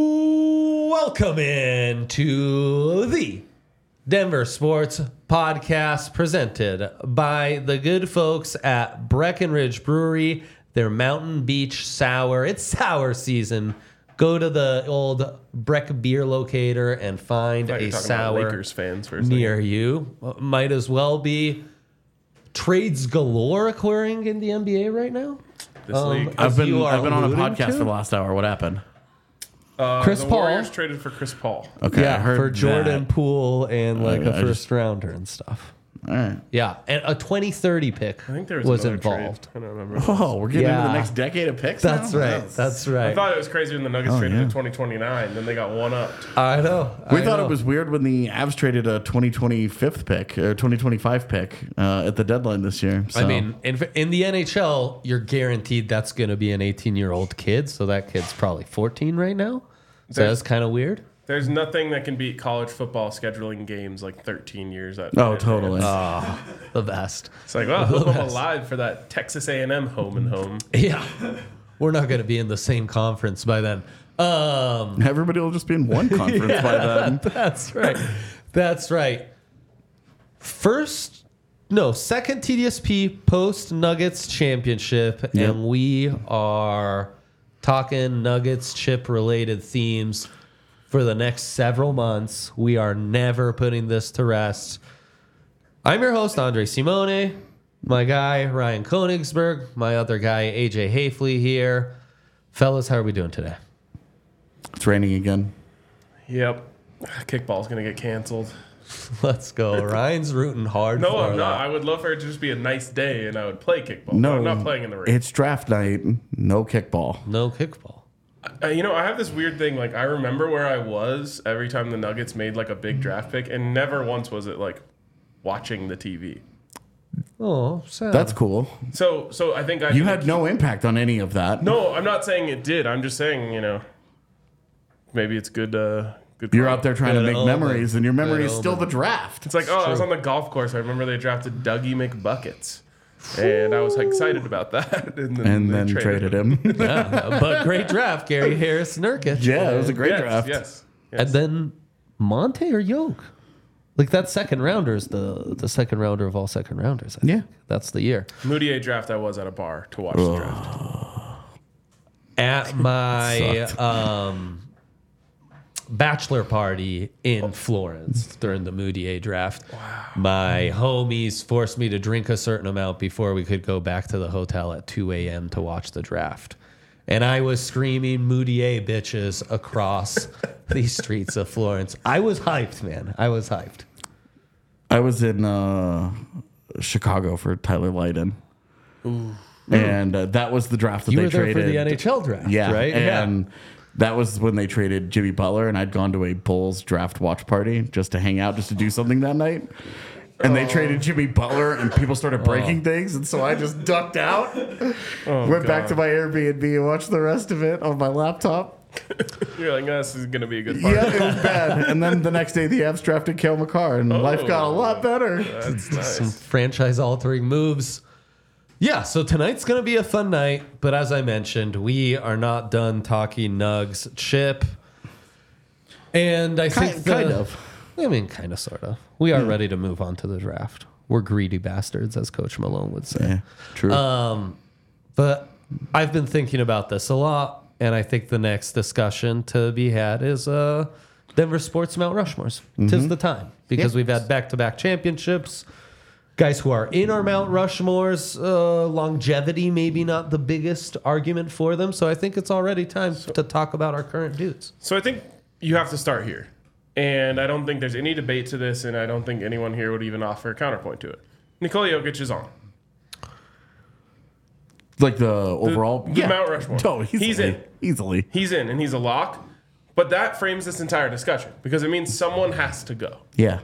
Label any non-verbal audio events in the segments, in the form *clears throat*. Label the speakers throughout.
Speaker 1: Welcome in to the Denver Sports Podcast presented by the good folks at Breckenridge Brewery, their Mountain Beach Sour. It's sour season. Go to the old Breck beer locator and find
Speaker 2: Oh, You're
Speaker 1: a
Speaker 2: talking about
Speaker 1: sour
Speaker 2: Lakers fans for a second.
Speaker 1: near you. Might as well be trades galore occurring in the NBA right now.
Speaker 2: this
Speaker 1: Um,
Speaker 2: league.
Speaker 1: I-
Speaker 2: Uh,
Speaker 1: As
Speaker 3: I've been
Speaker 1: you are
Speaker 3: I've been on a
Speaker 1: alluding
Speaker 3: podcast
Speaker 1: to?
Speaker 3: for the last hour. What happened?
Speaker 1: Chris
Speaker 2: Uh, the
Speaker 1: Paul.
Speaker 2: Warriors traded for Chris Paul.
Speaker 3: Okay, I heard
Speaker 1: for Jordan
Speaker 3: that.
Speaker 1: Poole and like a
Speaker 3: I
Speaker 1: first rounder and stuff.
Speaker 3: All right.
Speaker 1: Yeah, and a 2030 pick
Speaker 2: I think there was, another
Speaker 3: Oh.
Speaker 1: involved.
Speaker 2: Trade. I don't remember.
Speaker 3: Whoa, we're getting into
Speaker 1: Yeah.
Speaker 3: the next decade of picks.
Speaker 1: That's
Speaker 3: now?
Speaker 1: right.
Speaker 3: Wow.
Speaker 1: That's
Speaker 2: I
Speaker 1: right.
Speaker 2: thought it was crazy when the
Speaker 1: Oh,
Speaker 2: Nuggets traded
Speaker 3: yeah.
Speaker 2: to 2029. Then they got one up.
Speaker 1: I know.
Speaker 3: We
Speaker 1: I
Speaker 3: thought
Speaker 1: know.
Speaker 3: it was weird when the Avs traded a 2025 pick, or 2025 pick uh, at the deadline this year. So.
Speaker 1: I mean, in, in the NHL, you're guaranteed that's going to be an 18 year old kid. So that kid's probably 14 right now. So
Speaker 2: There's-
Speaker 1: that's kind of weird.
Speaker 2: There's nothing that can beat college football scheduling games like 13 years. At
Speaker 3: oh, totally.
Speaker 1: uh, The best.
Speaker 2: It's like, well, I hope I'm alive for that Texas A&M home and home.
Speaker 1: *laughs* Yeah. We're not going to be in the same conference by then. Um,
Speaker 3: Everybody will just be in one conference
Speaker 1: *laughs*
Speaker 3: by then.
Speaker 1: That's right. That's right. First, no, second TDSP post Nuggets championship,
Speaker 3: Yep.
Speaker 1: and we are talking Nuggets chip related themes for the next several months. We are never putting this to rest. I'm your host, Andre Simone. My guy, Ryan Konigsberg. My other guy, AJ Hafley here. Fellas, how are we doing today? *laughs*
Speaker 3: It's raining again.
Speaker 2: Yep. Kickball's going to get canceled.
Speaker 1: Let's go. Ryan's rooting hard
Speaker 2: No,
Speaker 1: for
Speaker 2: I'm
Speaker 1: that.
Speaker 2: not. I would love for it to just be a nice day and I would play kickball.
Speaker 3: No,
Speaker 2: No, I'm not playing in the rain.
Speaker 3: It's draft night. No kickball.
Speaker 1: No kickball.
Speaker 2: Uh, you know, I have this weird thing. Like, I remember where I was every time the Nuggets made like a big draft pick, and never once was it like watching the TV.
Speaker 1: Oh, sad.
Speaker 3: That's cool.
Speaker 2: So, so I think I
Speaker 3: You
Speaker 2: need
Speaker 3: had
Speaker 1: *laughs*
Speaker 2: to-
Speaker 3: no impact on any of that.
Speaker 2: no. I'm not saying it did. I'm just saying you know, maybe it's good. Uh, good.
Speaker 3: You're
Speaker 2: call.
Speaker 3: out there trying to
Speaker 1: Good
Speaker 3: make
Speaker 1: omen.
Speaker 3: memories, and your memory
Speaker 1: Good
Speaker 3: is still
Speaker 1: omen.
Speaker 3: the draft.
Speaker 2: It's like, oh, I was on the golf course. I remember they drafted Dougie McBuckets, and I was excited about *laughs* that. And then,
Speaker 3: and
Speaker 2: they
Speaker 3: then
Speaker 1: *laughs*
Speaker 3: traded him.
Speaker 1: yeah, *laughs* but great draft, Gary Harris Nurkic.
Speaker 3: Yeah, it was a great
Speaker 2: Yes,
Speaker 3: draft.
Speaker 2: Yes.
Speaker 1: And then Monte or Yoke. Like that second rounder is the the second rounder of all second rounders. I think.
Speaker 3: Yeah.
Speaker 1: That's the year.
Speaker 2: Moutier draft. I was at a bar to watch the draft.
Speaker 3: *laughs*
Speaker 1: At my um bachelor party
Speaker 3: Oh.
Speaker 1: in Florence during the Moutier draft. My homies forced me to drink a certain amount before we could go back to the hotel at 2 a.m. to watch the draft. And I was screaming Moutier bitches
Speaker 3: *laughs*
Speaker 1: across the streets of Florence. I was hyped, man. I was hyped.
Speaker 3: I was in uh, Chicago for Tyler Lydon. And uh, that was the draft that
Speaker 1: You
Speaker 3: they
Speaker 1: were there
Speaker 3: traded.
Speaker 1: for the NHL draft,
Speaker 3: yeah,
Speaker 1: right?
Speaker 3: And that was when they traded Jimmy Butler, and I'd gone to a Bulls draft watch party just to hang out, just to do something that night. And they
Speaker 1: Oh.
Speaker 3: traded Jimmy Butler, and people started breaking things, and so I just ducked out,
Speaker 1: Oh,
Speaker 3: went back
Speaker 2: God.
Speaker 3: to my Airbnb and watched the rest of it on my laptop.
Speaker 2: You're like, this is gonna be a good party.
Speaker 3: Yeah, it was bad. And then the next day, the Avs drafted Kale McCarr, and life got a
Speaker 1: Oh.
Speaker 3: lot better.
Speaker 2: That's nice.
Speaker 1: some franchise altering moves. Yeah, so tonight's going to be a fun night, but as I mentioned, we are not done talking Nugs chip. And I think the-
Speaker 3: kind of. Hmm.
Speaker 1: I mean, kind of, sort of. We are ready to move on to the draft. We're greedy bastards, as Coach Malone would say.
Speaker 3: true.
Speaker 2: Uh,
Speaker 1: But I've been thinking about this a lot, and I think the next discussion to be had is uh, Denver sports Mount Rushmores. Tis the time because
Speaker 3: Yeah.
Speaker 1: we've had back-to-back championships. Guys who are in our Mount Rushmores, uh, longevity maybe not the biggest argument for them. So I think it's already time to talk about our current dudes.
Speaker 2: So I think you have to start here. And I don't think there's any debate to this, and I don't think anyone here would even offer a counterpoint to it. Nikola Jokic is on.
Speaker 3: like the overall
Speaker 2: the Mount Rushmore.
Speaker 3: No,
Speaker 2: He's
Speaker 3: easily,
Speaker 2: in.
Speaker 3: easily.
Speaker 2: He's in, and he's a lock. But that frames this entire discussion because it means someone has to go.
Speaker 3: Yeah.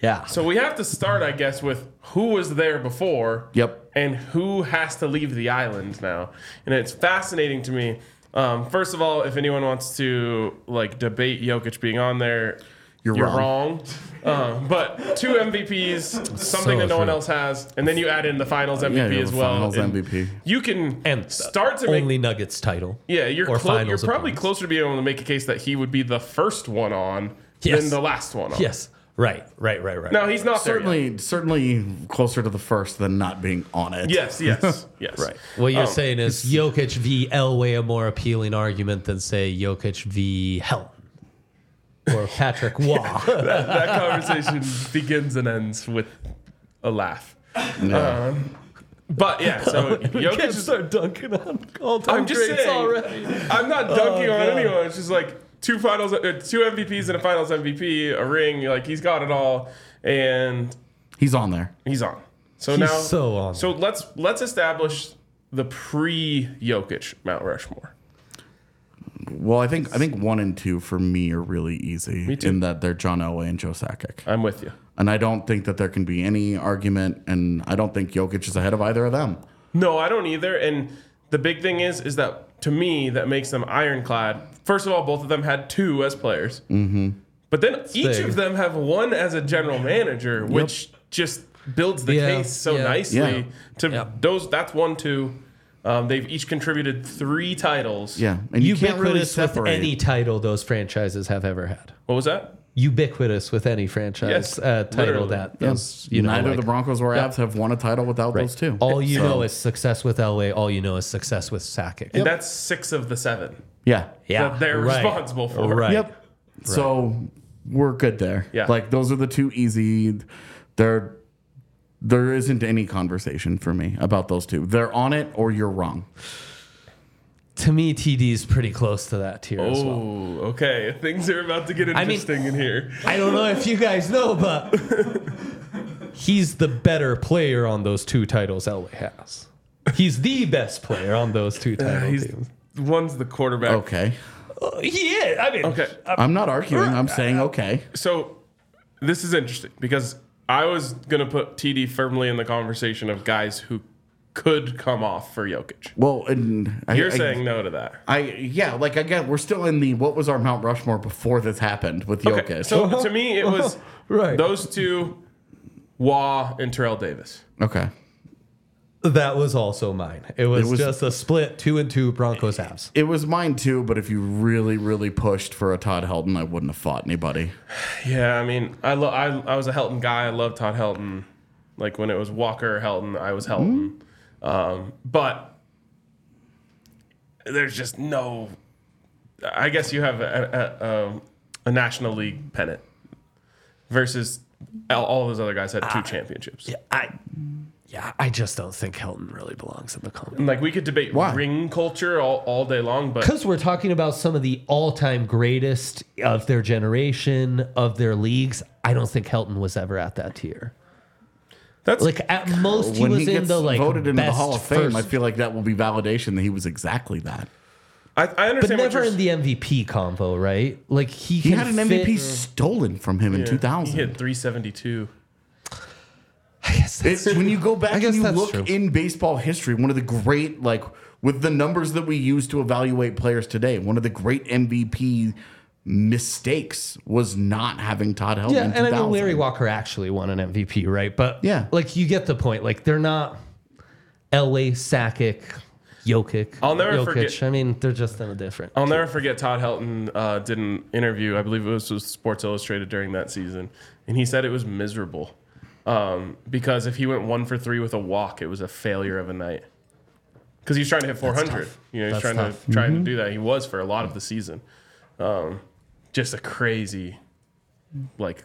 Speaker 1: Yeah.
Speaker 2: So we have to start, I guess, with who was there before.
Speaker 3: Yep.
Speaker 2: And who has to leave the island now? And it's fascinating to me. Um, first of all, if anyone wants to like debate Jokic being on there,
Speaker 3: You're,
Speaker 2: You're
Speaker 3: wrong.
Speaker 2: wrong. Uh, but two
Speaker 3: *laughs*
Speaker 2: MVPs, something that no one
Speaker 1: true.
Speaker 2: else has, and then you add in the Finals
Speaker 3: Yeah,
Speaker 2: MVP
Speaker 3: you're
Speaker 2: as
Speaker 3: the
Speaker 2: well.
Speaker 3: Finals
Speaker 2: and
Speaker 3: MVP.
Speaker 2: You can
Speaker 1: and
Speaker 2: start to make
Speaker 1: only Nuggets title.
Speaker 2: Yeah, you're
Speaker 1: or
Speaker 2: clo- you're
Speaker 1: finals
Speaker 2: probably
Speaker 1: appearance.
Speaker 2: closer to being able to make a case that he would be the first one on
Speaker 1: Yes.
Speaker 2: than the last one on.
Speaker 1: Yes, right, right, right, right.
Speaker 2: No, he's not certainly.
Speaker 3: Certainly, certainly closer to the first than not being on it.
Speaker 1: *laughs*
Speaker 2: Yes, yes, yes. right.
Speaker 1: What you're saying
Speaker 2: *laughs*
Speaker 1: is Jokic v. Elway a more appealing argument than say Jokic v. Helton or Patrick
Speaker 2: *laughs*
Speaker 1: Waugh.
Speaker 2: That conversation begins and ends with a laugh.
Speaker 3: Yeah.
Speaker 2: uh-huh. But yeah, *laughs* so Jokic is
Speaker 1: start dunking on all-time
Speaker 2: I'm just saying. Oh, I'm not dunking on anyone. It's just like two finals, uh, two MVPs and a Finals MVP, a ring. Like he's got it all, and
Speaker 3: He's on there.
Speaker 2: he's on. So
Speaker 1: He's
Speaker 2: now,
Speaker 1: so on.
Speaker 2: So let's let's establish the pre-Jokic Mount Rushmore.
Speaker 3: Well, I think I think one and two for me are really easy
Speaker 2: too.
Speaker 3: in that they're John Elway and Joe Sakic.
Speaker 2: I'm with you.
Speaker 3: And I don't think that there can be any argument, and I don't think Jokic is ahead of either of them.
Speaker 2: No, I don't either. And the big thing is, is that to me, that makes them ironclad. First of all, both of them had two as players, mm-hmm. but then each
Speaker 1: big.
Speaker 2: of them have one as a general manager, which just builds the
Speaker 1: Yeah,
Speaker 2: case so
Speaker 1: yeah.
Speaker 2: nicely.
Speaker 3: Yeah.
Speaker 2: To
Speaker 1: Yeah.
Speaker 2: those, that's one, two. Um, they've each contributed three titles.
Speaker 3: Yeah, and you, can't really
Speaker 1: Ubiquitous with
Speaker 3: separate.
Speaker 1: any title those franchises have ever had.
Speaker 2: What was that?
Speaker 1: Ubiquitous with any franchise
Speaker 2: Yes,
Speaker 1: uh, title
Speaker 2: literally.
Speaker 1: that.
Speaker 3: Yeah.
Speaker 1: Those, you know,
Speaker 3: Neither
Speaker 1: like-
Speaker 3: the Broncos or Abs have won a title without those two.
Speaker 1: All you know is success with Elway. All you know is success with Sakic.
Speaker 2: And that's six of the seven.
Speaker 3: yeah.
Speaker 2: that they're responsible for.
Speaker 1: Right.
Speaker 3: Yep. So we're good there.
Speaker 2: Yeah.
Speaker 3: Like those are the two easy. There, there isn't any conversation for me about those two. They're on it or you're wrong.
Speaker 1: To me, TD is pretty close to that tier as well.
Speaker 2: Oh, okay. *laughs* Things are about to get
Speaker 1: mean-
Speaker 2: interesting in here.
Speaker 1: I don't know if you guys know, but he's the better player on those two titles Elway has. He's the best player on those two titles.
Speaker 2: He's one's the quarterback.
Speaker 3: Okay.
Speaker 1: Uh, he is. I mean,
Speaker 2: Okay.
Speaker 3: I'm not arguing. I'm
Speaker 2: uh,
Speaker 3: saying okay.
Speaker 2: So this is interesting because I was gonna put TD firmly in the conversation of guys who could come off for Jokic.
Speaker 3: Well, and I,
Speaker 2: You're
Speaker 3: I-
Speaker 2: saying no to that.
Speaker 3: I yeah, like again, we're still in the what was our Mount Rushmore before this happened with Jokic.
Speaker 2: Okay. So to me, it was
Speaker 1: Right.
Speaker 2: those two, Wah and Terrell Davis.
Speaker 3: okay,
Speaker 1: that was also mine. It was,
Speaker 3: It was-
Speaker 1: just a split two and two Broncos halves.
Speaker 3: it was mine too. But if you really, really pushed for a Todd Helton, I wouldn't have fought anybody.
Speaker 2: Yeah, I mean, I lo- I, I was a Helton guy. I love Todd Helton. Like when it was Walker Helton, I was Helton.
Speaker 1: Mm-hmm.
Speaker 2: Um, but there's just no. I guess you have a, a, a, a National League pennant versus all, all those other guys had
Speaker 1: Ah,
Speaker 2: two championships.
Speaker 1: I, yeah, I just don't think Helton really belongs in the conversation.
Speaker 2: And, Like we could debate
Speaker 3: Why?
Speaker 2: ring culture all, all day long, but
Speaker 1: because we're talking about some of the all-time greatest of their generation of their leagues i don't think helton was ever at that tier
Speaker 2: that's
Speaker 1: like at most he was in the like
Speaker 3: voted into the
Speaker 1: best
Speaker 3: Hall of Fame, I
Speaker 1: first,
Speaker 3: feel like that will be validation that he was exactly that.
Speaker 2: I, I
Speaker 1: but
Speaker 2: understand. what
Speaker 1: never
Speaker 2: you're
Speaker 1: in the mvp convo right like he,
Speaker 3: He
Speaker 1: can
Speaker 3: had an
Speaker 1: fit- *laughs*
Speaker 3: MVP stolen from him in
Speaker 2: saying.
Speaker 3: two
Speaker 2: He
Speaker 3: thousand.
Speaker 2: hit 372.
Speaker 1: I guess that's-
Speaker 3: It's when you go back
Speaker 1: guess
Speaker 3: and you
Speaker 1: that's
Speaker 3: look
Speaker 1: true.
Speaker 3: in baseball history, one of the great like with the numbers that we use to evaluate players today, one of the great MVP mistakes was not having Todd Helton.
Speaker 1: yeah
Speaker 3: in
Speaker 1: and i mean
Speaker 3: 2000.
Speaker 1: larry walker actually won an mvp right but
Speaker 3: Yeah.
Speaker 1: like you get the point like they're not elway sakic Jokic.
Speaker 2: I'll never
Speaker 1: Jokic.
Speaker 2: forget-
Speaker 1: I mean, they're just in a different.
Speaker 2: I'll never forget Todd Helton uh, did an interview. I believe it was with Sports Illustrated during that season, and he said it was miserable um, because if he went one for three with a walk, it was a failure of a night. Because he was trying to hit 400, you know, he's
Speaker 1: That's
Speaker 2: trying
Speaker 1: tough.
Speaker 2: to trying
Speaker 3: Mm-hmm.
Speaker 2: to do that. He was for a lot of the season. Um, just a crazy, like,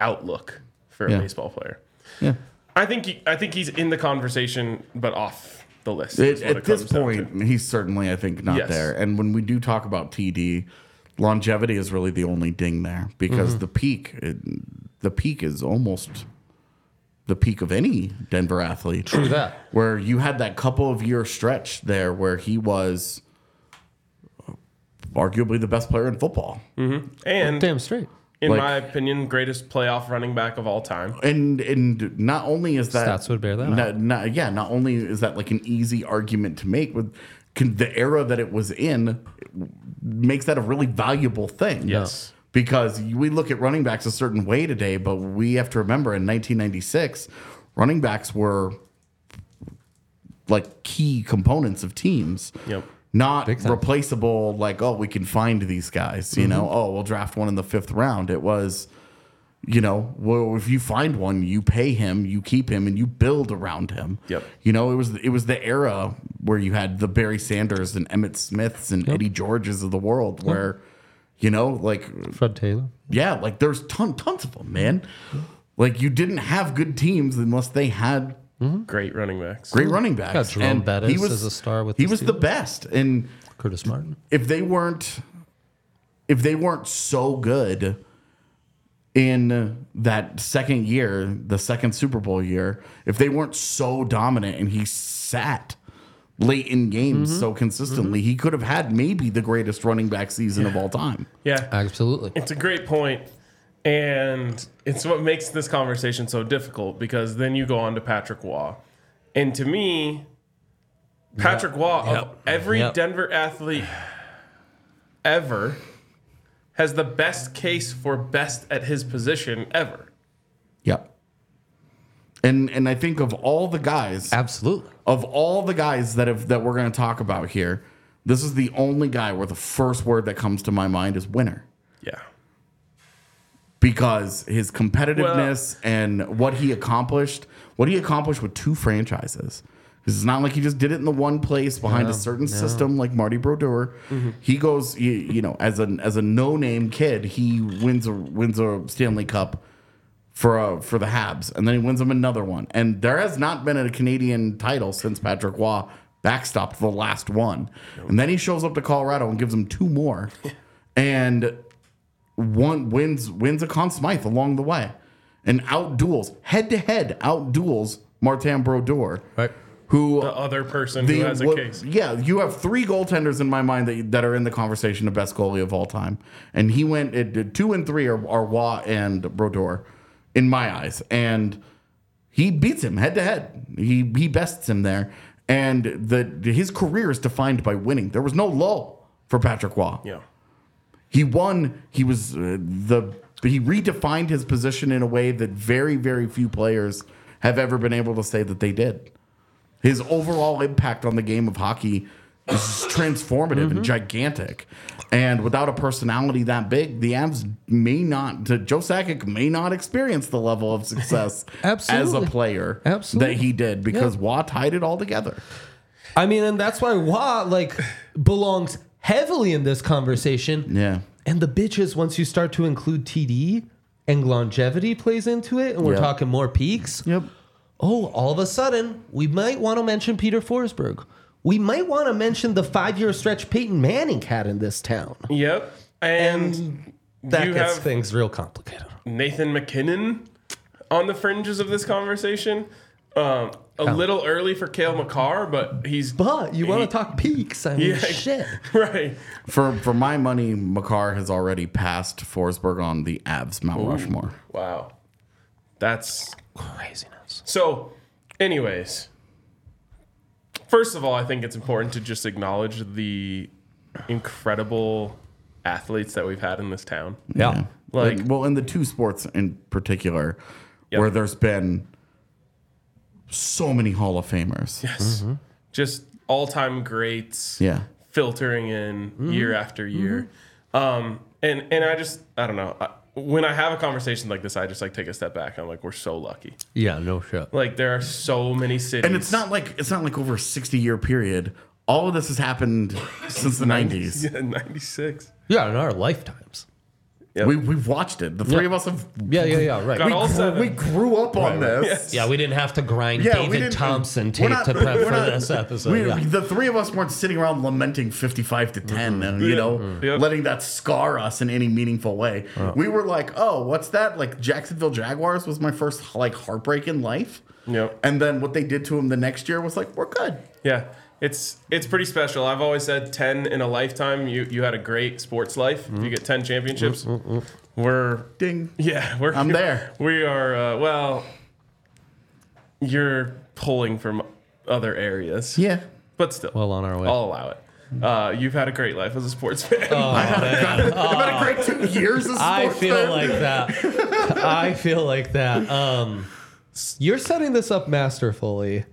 Speaker 2: outlook for
Speaker 3: Yeah.
Speaker 2: a baseball player.
Speaker 3: Yeah.
Speaker 2: I think he, I think he's in the conversation, but off the list.
Speaker 3: It,
Speaker 2: is what
Speaker 3: at
Speaker 2: it
Speaker 3: this
Speaker 2: comes down to.
Speaker 3: point, he's certainly, I think, not
Speaker 2: Yes.
Speaker 3: there. And when we do talk about TD, longevity is really the only ding there because
Speaker 2: Mm-hmm.
Speaker 3: the peak, it- the peak is almost the peak of any Denver
Speaker 2: *clears throat*
Speaker 3: athlete.
Speaker 1: True *laughs* that.
Speaker 3: Where you had that couple of year stretch there where he was arguably the best player in football.
Speaker 2: and
Speaker 1: Damn straight.
Speaker 2: in
Speaker 3: Like-
Speaker 2: my opinion, greatest playoff running back of all time.
Speaker 3: And and not only is that
Speaker 1: Stats would bear that
Speaker 3: no- no- yeah, not only is that like an easy argument to make with can, the era that it was in makes that a really valuable thing.
Speaker 2: Yes.
Speaker 3: because we look at running backs a certain way today, but we have to remember in 1996, running backs were like key components of teams.
Speaker 2: Yep.
Speaker 3: Not
Speaker 1: time.
Speaker 3: replaceable, like, oh, we can find these guys, you
Speaker 1: Mm-hmm.
Speaker 3: know, oh, we'll draft one in the fifth round. It was, you know, well, if you find one, you pay him, you keep him, and you build around him.
Speaker 2: Yep.
Speaker 3: You know, it was it was the era where you had the Barry Sanders and Emmett Smiths and Eddie Georges of the world, where, you know, like
Speaker 1: Fred Taylor.
Speaker 3: yeah, like there's ton, tons of them, man. Like you didn't have good teams unless they had
Speaker 2: Great running backs.
Speaker 3: great running backs.
Speaker 1: Got Jerome Bettis as a star with
Speaker 3: he
Speaker 1: the
Speaker 3: was the best, and
Speaker 1: Curtis Martin.
Speaker 3: if they weren't, if they weren't so good in that second year, the second Super Bowl year, if they weren't so dominant, and he sat late in games so consistently, he could have had maybe the greatest running back season of all time.
Speaker 2: Yeah.
Speaker 1: Absolutely.
Speaker 2: It's a great point, and it's what makes this conversation so difficult because then you go on to Patrick Waugh, and to me, Patrick Waugh of
Speaker 1: Yep.
Speaker 2: every
Speaker 1: Yep.
Speaker 2: Denver athlete ever has the best case for best at his position ever.
Speaker 3: Yep. And and I think of all the guys,
Speaker 1: Absolutely.
Speaker 3: of all the guys that have that we're going to talk about here, this is the only guy where the first word that comes to my mind is winner
Speaker 2: Yeah.
Speaker 3: because his competitiveness and what he accomplished, what he accomplished with two franchises. 'Cause It's not like he just did it in the one place behind a certain system like Marty Brodeur. He goes, you, you know, as an as a no name kid, he wins a wins a Stanley Cup for uh, for the Habs, and then he wins them another one. And there has not been a Canadian title since Patrick Waugh backstopped the last one, and then he shows up to Colorado and gives them two more, and one wins wins a Conn Smythe along the way, and outduels head to head outduels Martin Brodeur,
Speaker 1: Right.
Speaker 3: who
Speaker 2: The other person
Speaker 3: the-
Speaker 2: who has a
Speaker 3: what-
Speaker 2: case.
Speaker 3: Yeah, you have three goaltenders in my mind that, that are in the conversation of best goalie of all time, and he went it, did two and three are, are Waugh and Brodeur, in my eyes, and he beats him head to head. He he bests him there, and the his career is defined by winning. There was no lull for Patrick Waugh.
Speaker 2: Yeah.
Speaker 3: He won. He was uh, the he redefined his position in a way that very very few players have ever been able to say that they did. His overall impact on the game of hockey is transformative
Speaker 1: Mm-hmm.
Speaker 3: and gigantic. And without a personality that big, the Avs may not. Joe Sakic may not experience the level
Speaker 1: *laughs*
Speaker 3: of success as a
Speaker 1: Absolutely.
Speaker 3: player
Speaker 1: Absolutely.
Speaker 3: that he did because Watt tied it all together.
Speaker 1: I mean, and that's why Wah like belongs heavily in this conversation.
Speaker 3: Yeah.
Speaker 1: And the bitches, once you start to include TD and longevity plays into it, and we're
Speaker 3: Yeah.
Speaker 1: talking more peaks.
Speaker 3: Yep.
Speaker 1: Oh, all of a sudden, we might want to mention Peter Forsberg. We might want to mention the five-year stretch Peyton Manning had in this town.
Speaker 2: Yep. And,
Speaker 1: That
Speaker 2: you
Speaker 1: gets
Speaker 2: have
Speaker 1: things real complicated.
Speaker 2: Nathan McKinnon on the fringes of this conversation. Um, a little early for Kale McCarr, but he's
Speaker 1: But you want
Speaker 2: he-
Speaker 1: to talk peaks? I mean,
Speaker 2: Yeah.
Speaker 1: shit.
Speaker 2: *laughs* right.
Speaker 3: For for my money, Makar has already passed Forsberg on the Avs Mount Rushmore.
Speaker 2: Wow, that's
Speaker 1: Craziness.
Speaker 2: so. Anyways, first of all, I think it's important to just acknowledge the incredible athletes that we've had in this town.
Speaker 1: Yeah.
Speaker 2: Like,
Speaker 3: And- well, in the two sports in particular,
Speaker 2: Yep.
Speaker 3: where there's been so many Hall of Famers. Yeah.
Speaker 2: just all-time greats. filtering in
Speaker 3: Mm-hmm.
Speaker 2: year after year. Um, and and I just I don't know. I, when I have a conversation like this, I just like take a step back. I'm like, we're so lucky.
Speaker 1: Yeah. No shit.
Speaker 2: Like there are so many cities,
Speaker 3: And it's not like it's not like over a 60 year period. All of this has happened since the 90s.
Speaker 2: *laughs* yeah, 96.
Speaker 1: Yeah, in our lifetimes.
Speaker 3: We we've watched it. The three of us have
Speaker 1: Yeah. Yeah. Yeah. Right.
Speaker 2: Got
Speaker 3: we,
Speaker 2: all
Speaker 3: grew,
Speaker 2: seven.
Speaker 3: we grew up on this.
Speaker 1: Yeah, we didn't have to grind
Speaker 3: Yeah, we
Speaker 1: David
Speaker 3: didn't-
Speaker 1: Thompson
Speaker 3: we're
Speaker 1: tape
Speaker 3: not-
Speaker 1: to prep
Speaker 3: *laughs* we're
Speaker 1: for
Speaker 3: not-
Speaker 1: this episode.
Speaker 3: We, *laughs*
Speaker 1: yeah.
Speaker 3: The three of us weren't sitting around lamenting 55 to
Speaker 1: Mm-hmm.
Speaker 3: 10 and, you
Speaker 2: Yeah.
Speaker 3: know,
Speaker 2: Yeah.
Speaker 3: letting that scar us in any meaningful way.
Speaker 1: Uh.
Speaker 3: We were like, oh, what's that? Like, Jacksonville Jaguars was my first, like, heartbreak in life.
Speaker 2: Yep.
Speaker 3: And then what they did to him the next year was like, we're good.
Speaker 2: Yeah. It's it's pretty special. I've always said ten in a lifetime. You you had a great sports life.
Speaker 3: Mm-hmm.
Speaker 2: You get ten championships. We're
Speaker 3: Ding.
Speaker 2: yeah. We're
Speaker 3: Mm-hmm. I'm there.
Speaker 2: *laughs* We are uh, well. You're pulling from other areas,
Speaker 3: Yeah.
Speaker 2: but still,
Speaker 1: *laughs* Well on our way.
Speaker 2: I'll allow it. Uh, you've had a great life as a sports fan.
Speaker 1: Uh,
Speaker 3: I've had a great two years of sports.
Speaker 1: Oh, I feel
Speaker 3: fan.
Speaker 1: like that. I feel like that. Um, s- you're setting this up masterfully.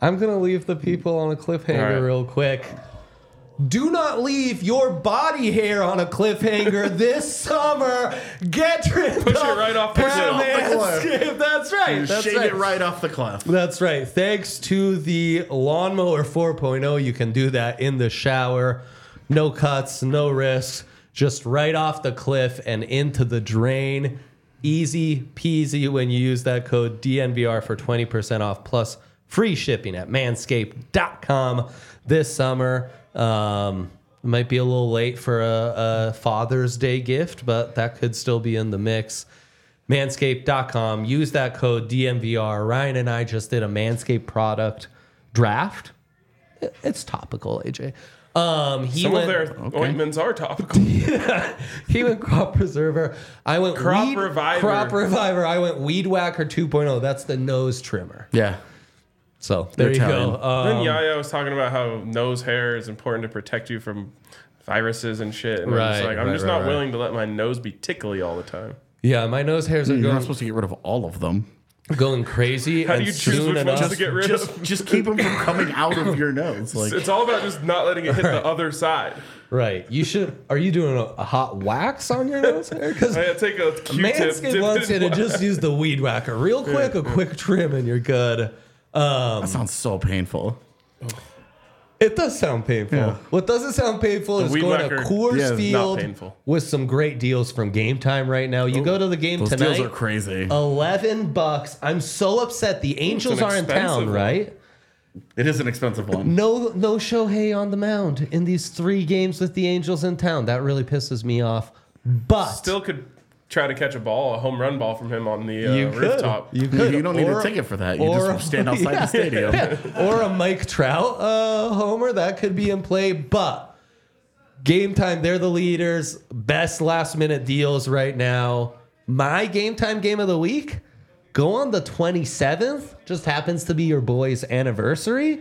Speaker 1: I'm gonna leave the people on a cliffhanger
Speaker 2: All right.
Speaker 1: real quick. Do not leave your body hair on a cliffhanger this summer. Get rid
Speaker 2: Push it
Speaker 1: of
Speaker 2: right off- push it off the
Speaker 1: Manscaped. That's right. That's
Speaker 3: Shave
Speaker 1: right.
Speaker 3: it right off the cliff.
Speaker 1: That's right. Thanks to the Lawnmower 4.0, you can do that in the shower. No cuts, no risks, just right off the cliff and into the drain. Easy peasy when you use that code DNVR for 20% off plus free shipping at manscaped.com this summer. Um, it might be a little late for a, a Father's Day gift, but that could still be in the mix manscaped.com. Use that code DMVR. Ryan and I just did a Manscaped product draft. It- It's topical, AJ. Um, he
Speaker 2: Some of
Speaker 1: went,
Speaker 2: their ointments are
Speaker 1: *laughs*
Speaker 2: topical.
Speaker 1: he went crop preserver. I went
Speaker 2: Crop
Speaker 1: weed,
Speaker 2: reviver.
Speaker 1: Crop reviver. I went weed whacker 2.0. That's the nose trimmer.
Speaker 3: Yeah.
Speaker 1: So there you
Speaker 3: You're
Speaker 1: go.
Speaker 3: Italian.
Speaker 1: *laughs* Um,
Speaker 2: then Yaya was talking about how nose hair is important to protect you from viruses and shit. And I'm
Speaker 1: Right,
Speaker 2: just like, I'm
Speaker 1: right,
Speaker 2: just
Speaker 1: right,
Speaker 2: not
Speaker 1: right.
Speaker 2: willing to let my nose be tickly all the time.
Speaker 1: yeah, my nose hairs are
Speaker 3: You're not
Speaker 1: going,
Speaker 3: supposed to get rid of all of them.
Speaker 1: going crazy.
Speaker 2: How
Speaker 1: and
Speaker 2: do you choose
Speaker 1: soon
Speaker 2: which
Speaker 1: enough,
Speaker 2: ones to get rid of?
Speaker 3: Just, just keep them from coming out of your nose. Like,
Speaker 2: It's all about just not letting it hit the other side.
Speaker 1: Right. You should. Are you doing a, a hot wax on your nose hair? Because
Speaker 2: I take a Q-tip. dip
Speaker 1: Manscaped wants you
Speaker 2: in
Speaker 1: to
Speaker 2: wa-
Speaker 1: just use the weed whacker real quick, a quick trim, and you're good. Um,
Speaker 3: that sounds so painful.
Speaker 1: it does sound painful.
Speaker 3: Yeah.
Speaker 1: What doesn't sound painful is
Speaker 2: weed
Speaker 1: going
Speaker 2: whacker-
Speaker 1: to Coors
Speaker 3: Yeah, it's not
Speaker 1: Field
Speaker 2: painful.
Speaker 1: with some great deals from Game Time right now. You go to the game
Speaker 3: Those
Speaker 1: tonight.
Speaker 3: deals are crazy.
Speaker 1: 11 bucks. I'm so upset the Angels are in town,
Speaker 2: expensive one.
Speaker 1: right?
Speaker 3: it is an expensive one.
Speaker 1: No no Shohei on the mound in these 3 games with the Angels in town. That really pisses me off. But
Speaker 2: Still could try to catch a ball, a home run ball from him on the uh,
Speaker 1: You could.
Speaker 2: rooftop.
Speaker 1: You
Speaker 3: You-
Speaker 1: could.
Speaker 3: You don't need
Speaker 1: Or-
Speaker 3: a ticket for that. You
Speaker 1: or-
Speaker 3: just
Speaker 1: *laughs*
Speaker 3: stand outside
Speaker 1: Yeah.
Speaker 3: the stadium.
Speaker 1: *laughs* or a Mike Trout uh, homer that could be in play, but game time they're the leaders, best last minute deals right now. My game time game of the week go on the 27th, just happens to be your boy's anniversary,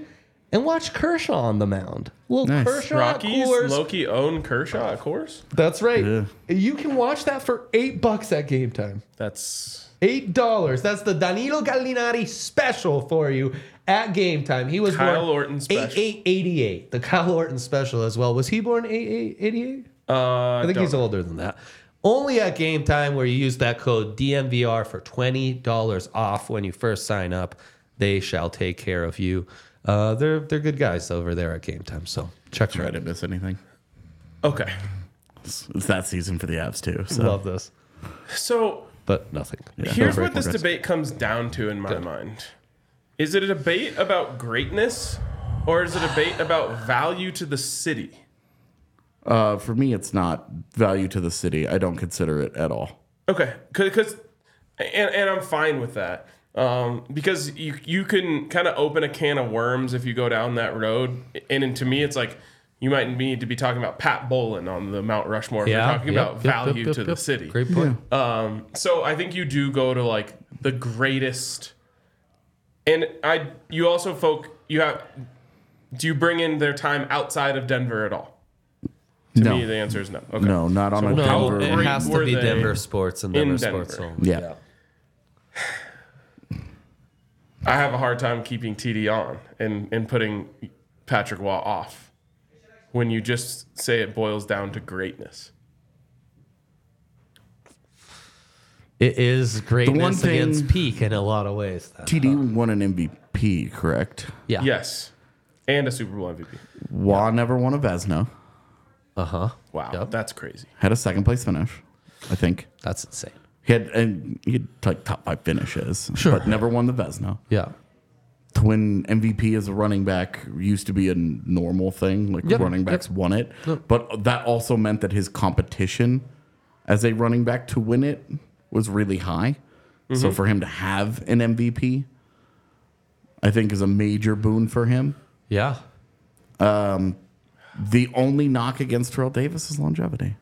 Speaker 1: and watch Kershaw on the mound. Little
Speaker 3: Nice.
Speaker 1: Kershaw at
Speaker 2: Rockies,
Speaker 1: Coors.
Speaker 2: Loki own Kershaw, of course.
Speaker 1: That's right.
Speaker 3: Yeah.
Speaker 1: You can watch that for 8 bucks at game time.
Speaker 2: That's
Speaker 1: Eight dollars. That's the Danilo Gallinari special for you at game time. He was
Speaker 2: Kyle
Speaker 1: born
Speaker 2: Orton special.
Speaker 1: eight eight eighty eight. The Kyle Orton special as well. Was he born eight eight eighty eight?
Speaker 2: uh,
Speaker 1: I think he's older than that. Only at game time where you use that code DMVR for twenty dollars off when you first sign up. They shall take care of you. Uh, they're they're good guys over there at game time. So check them
Speaker 3: Try
Speaker 1: out.
Speaker 3: to miss anything.
Speaker 2: okay.
Speaker 3: It's, it's that season for the Avs too. So
Speaker 1: Love this,
Speaker 2: So
Speaker 1: but nothing. Yeah.
Speaker 2: Here's
Speaker 3: Don't
Speaker 2: what
Speaker 3: break
Speaker 2: this
Speaker 3: my wrist.
Speaker 2: debate comes down to in my mind. Is it a debate about greatness or is it a debate about value to the city?
Speaker 3: uh, for me, it's not value to the city. I don't consider it at all.
Speaker 2: Okay, because and, and I'm fine with that. Um, because you you can kind of open a can of worms if you go down that road. And, and to me, it's like you might need to be talking about Pat Bolin on the Mount Rushmore. if we're talking
Speaker 1: yep,
Speaker 2: about
Speaker 1: yep, yep,
Speaker 2: value
Speaker 1: yep,
Speaker 2: to
Speaker 1: yep.
Speaker 2: the city.
Speaker 1: Great point.
Speaker 2: Um, so I think you do go to like the greatest, and I you also folk you have. Do you bring in their time outside of Denver at all? To
Speaker 3: No.
Speaker 2: me, the answer is no. Okay.
Speaker 3: No, not on a
Speaker 1: No,
Speaker 3: Denver.
Speaker 1: it has to
Speaker 2: were
Speaker 1: be
Speaker 2: they
Speaker 1: Denver sports and
Speaker 2: in
Speaker 1: Denver,
Speaker 2: Denver?
Speaker 1: sports only.
Speaker 3: Yeah.
Speaker 2: I have a hard time keeping TD on and and putting Patrick Waugh off when you just say it boils down to greatness.
Speaker 1: It is greatness
Speaker 3: one thing-
Speaker 1: against peak in a lot of ways. then.
Speaker 3: TD won an MVP, correct?
Speaker 1: yeah.
Speaker 2: Yes, and a Super Bowl MVP.
Speaker 3: Wah never won a Vesna.
Speaker 1: Uh huh.
Speaker 2: Wow,
Speaker 1: Yep.
Speaker 2: that's crazy.
Speaker 3: Had a second place finish, I think.
Speaker 1: That's insane.
Speaker 3: He had and he had like top five finishes,
Speaker 1: Sure.
Speaker 3: but never won the Vesna.
Speaker 1: Yeah.
Speaker 3: To win MVP as a running back used to be a normal thing. Like
Speaker 1: Yep,
Speaker 3: running backs won it, but that also meant that his competition as a running back to win it was really high. So
Speaker 1: Mm-hmm.
Speaker 3: for him to have an MVP, I think is a major boon for him.
Speaker 1: Yeah.
Speaker 3: The only knock against Terrell Davis is longevity.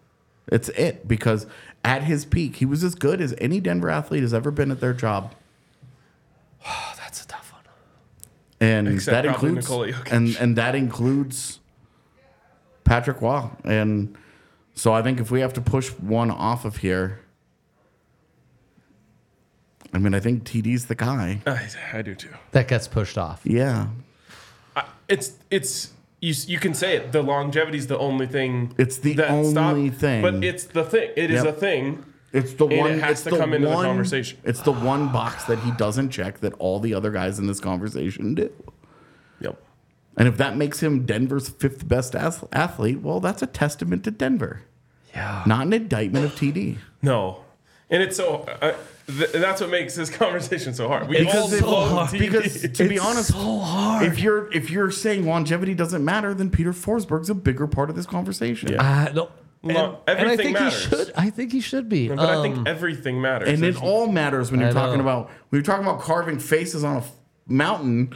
Speaker 3: It's it because at his peak, he was as good as any Denver athlete has ever been at their job,
Speaker 1: Oh, that's a tough one.
Speaker 3: and
Speaker 2: Except
Speaker 3: that
Speaker 2: probably
Speaker 3: includes
Speaker 2: Nikola Jokic.
Speaker 3: and and that includes Patrick Waugh. And so I think if we have to push one off of here, I mean, I think TD's the guy.
Speaker 2: I, I do too.
Speaker 1: That gets pushed off.
Speaker 3: Yeah.
Speaker 2: I, it's it's you s- you can say it. The longevity's the only thing.
Speaker 3: It's the only thing.
Speaker 2: But it's the thing. It is
Speaker 3: Yep.
Speaker 2: a thing.
Speaker 3: It's the
Speaker 2: it
Speaker 3: one.
Speaker 2: has
Speaker 3: it's
Speaker 2: to
Speaker 3: the
Speaker 2: come into the
Speaker 3: one-
Speaker 2: conversation.
Speaker 3: It's the one box that he doesn't check that all the other guys in this conversation do.
Speaker 2: Yep.
Speaker 3: And if that makes him Denver's fifth best ath- athlete, well, that's a testament to Denver,
Speaker 1: Yeah.
Speaker 3: not an indictment of TD.
Speaker 2: No. And it's so. Uh, th- that's what makes this *laughs* conversation so hard. We all
Speaker 3: Because it-
Speaker 2: love
Speaker 1: hard. *laughs*
Speaker 2: TV.
Speaker 3: Because to be
Speaker 1: It's
Speaker 3: honest,
Speaker 1: so hard.
Speaker 3: if you're if you're saying longevity doesn't matter, then Peter Forsberg's a bigger part of this conversation.
Speaker 1: Uh, no. And,
Speaker 2: Lo-
Speaker 1: and I
Speaker 2: everything
Speaker 1: think
Speaker 2: matters.
Speaker 1: he should. I think he should be.
Speaker 2: but I
Speaker 1: Um,
Speaker 2: think everything matters.
Speaker 3: And it
Speaker 2: There's-
Speaker 3: all matters when you're
Speaker 1: I
Speaker 3: talking
Speaker 1: know.
Speaker 3: about when you're talking about carving faces on a f- mountain.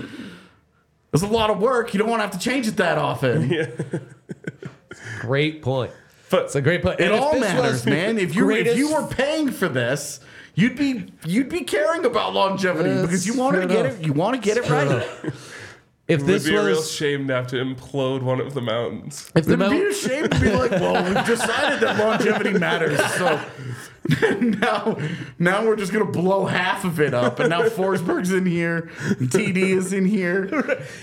Speaker 3: It's a lot of work. You don't want to have to change it
Speaker 1: *laughs*
Speaker 3: that often.
Speaker 1: great point.
Speaker 2: but
Speaker 1: It's a great point.
Speaker 3: It
Speaker 1: And if
Speaker 3: all
Speaker 1: this
Speaker 3: matters,
Speaker 1: was
Speaker 3: man. If you if you
Speaker 1: greatest-
Speaker 3: were paying for this, you'd be you'd be caring about longevity
Speaker 1: That's
Speaker 3: because you want to
Speaker 1: fair
Speaker 3: get
Speaker 1: enough.
Speaker 3: it. You want to get it right.
Speaker 1: if
Speaker 2: it would
Speaker 1: this
Speaker 2: be a real
Speaker 1: was
Speaker 2: shame to have to implode one of the mountains.
Speaker 1: if the
Speaker 3: It'd be
Speaker 1: Mount-
Speaker 3: a shame to be like, well,
Speaker 1: *laughs*
Speaker 3: we've decided that longevity matters, so *laughs* now now we're just gonna blow half of it up, and now Forsberg's in here, and TD is in
Speaker 1: *laughs*
Speaker 3: here.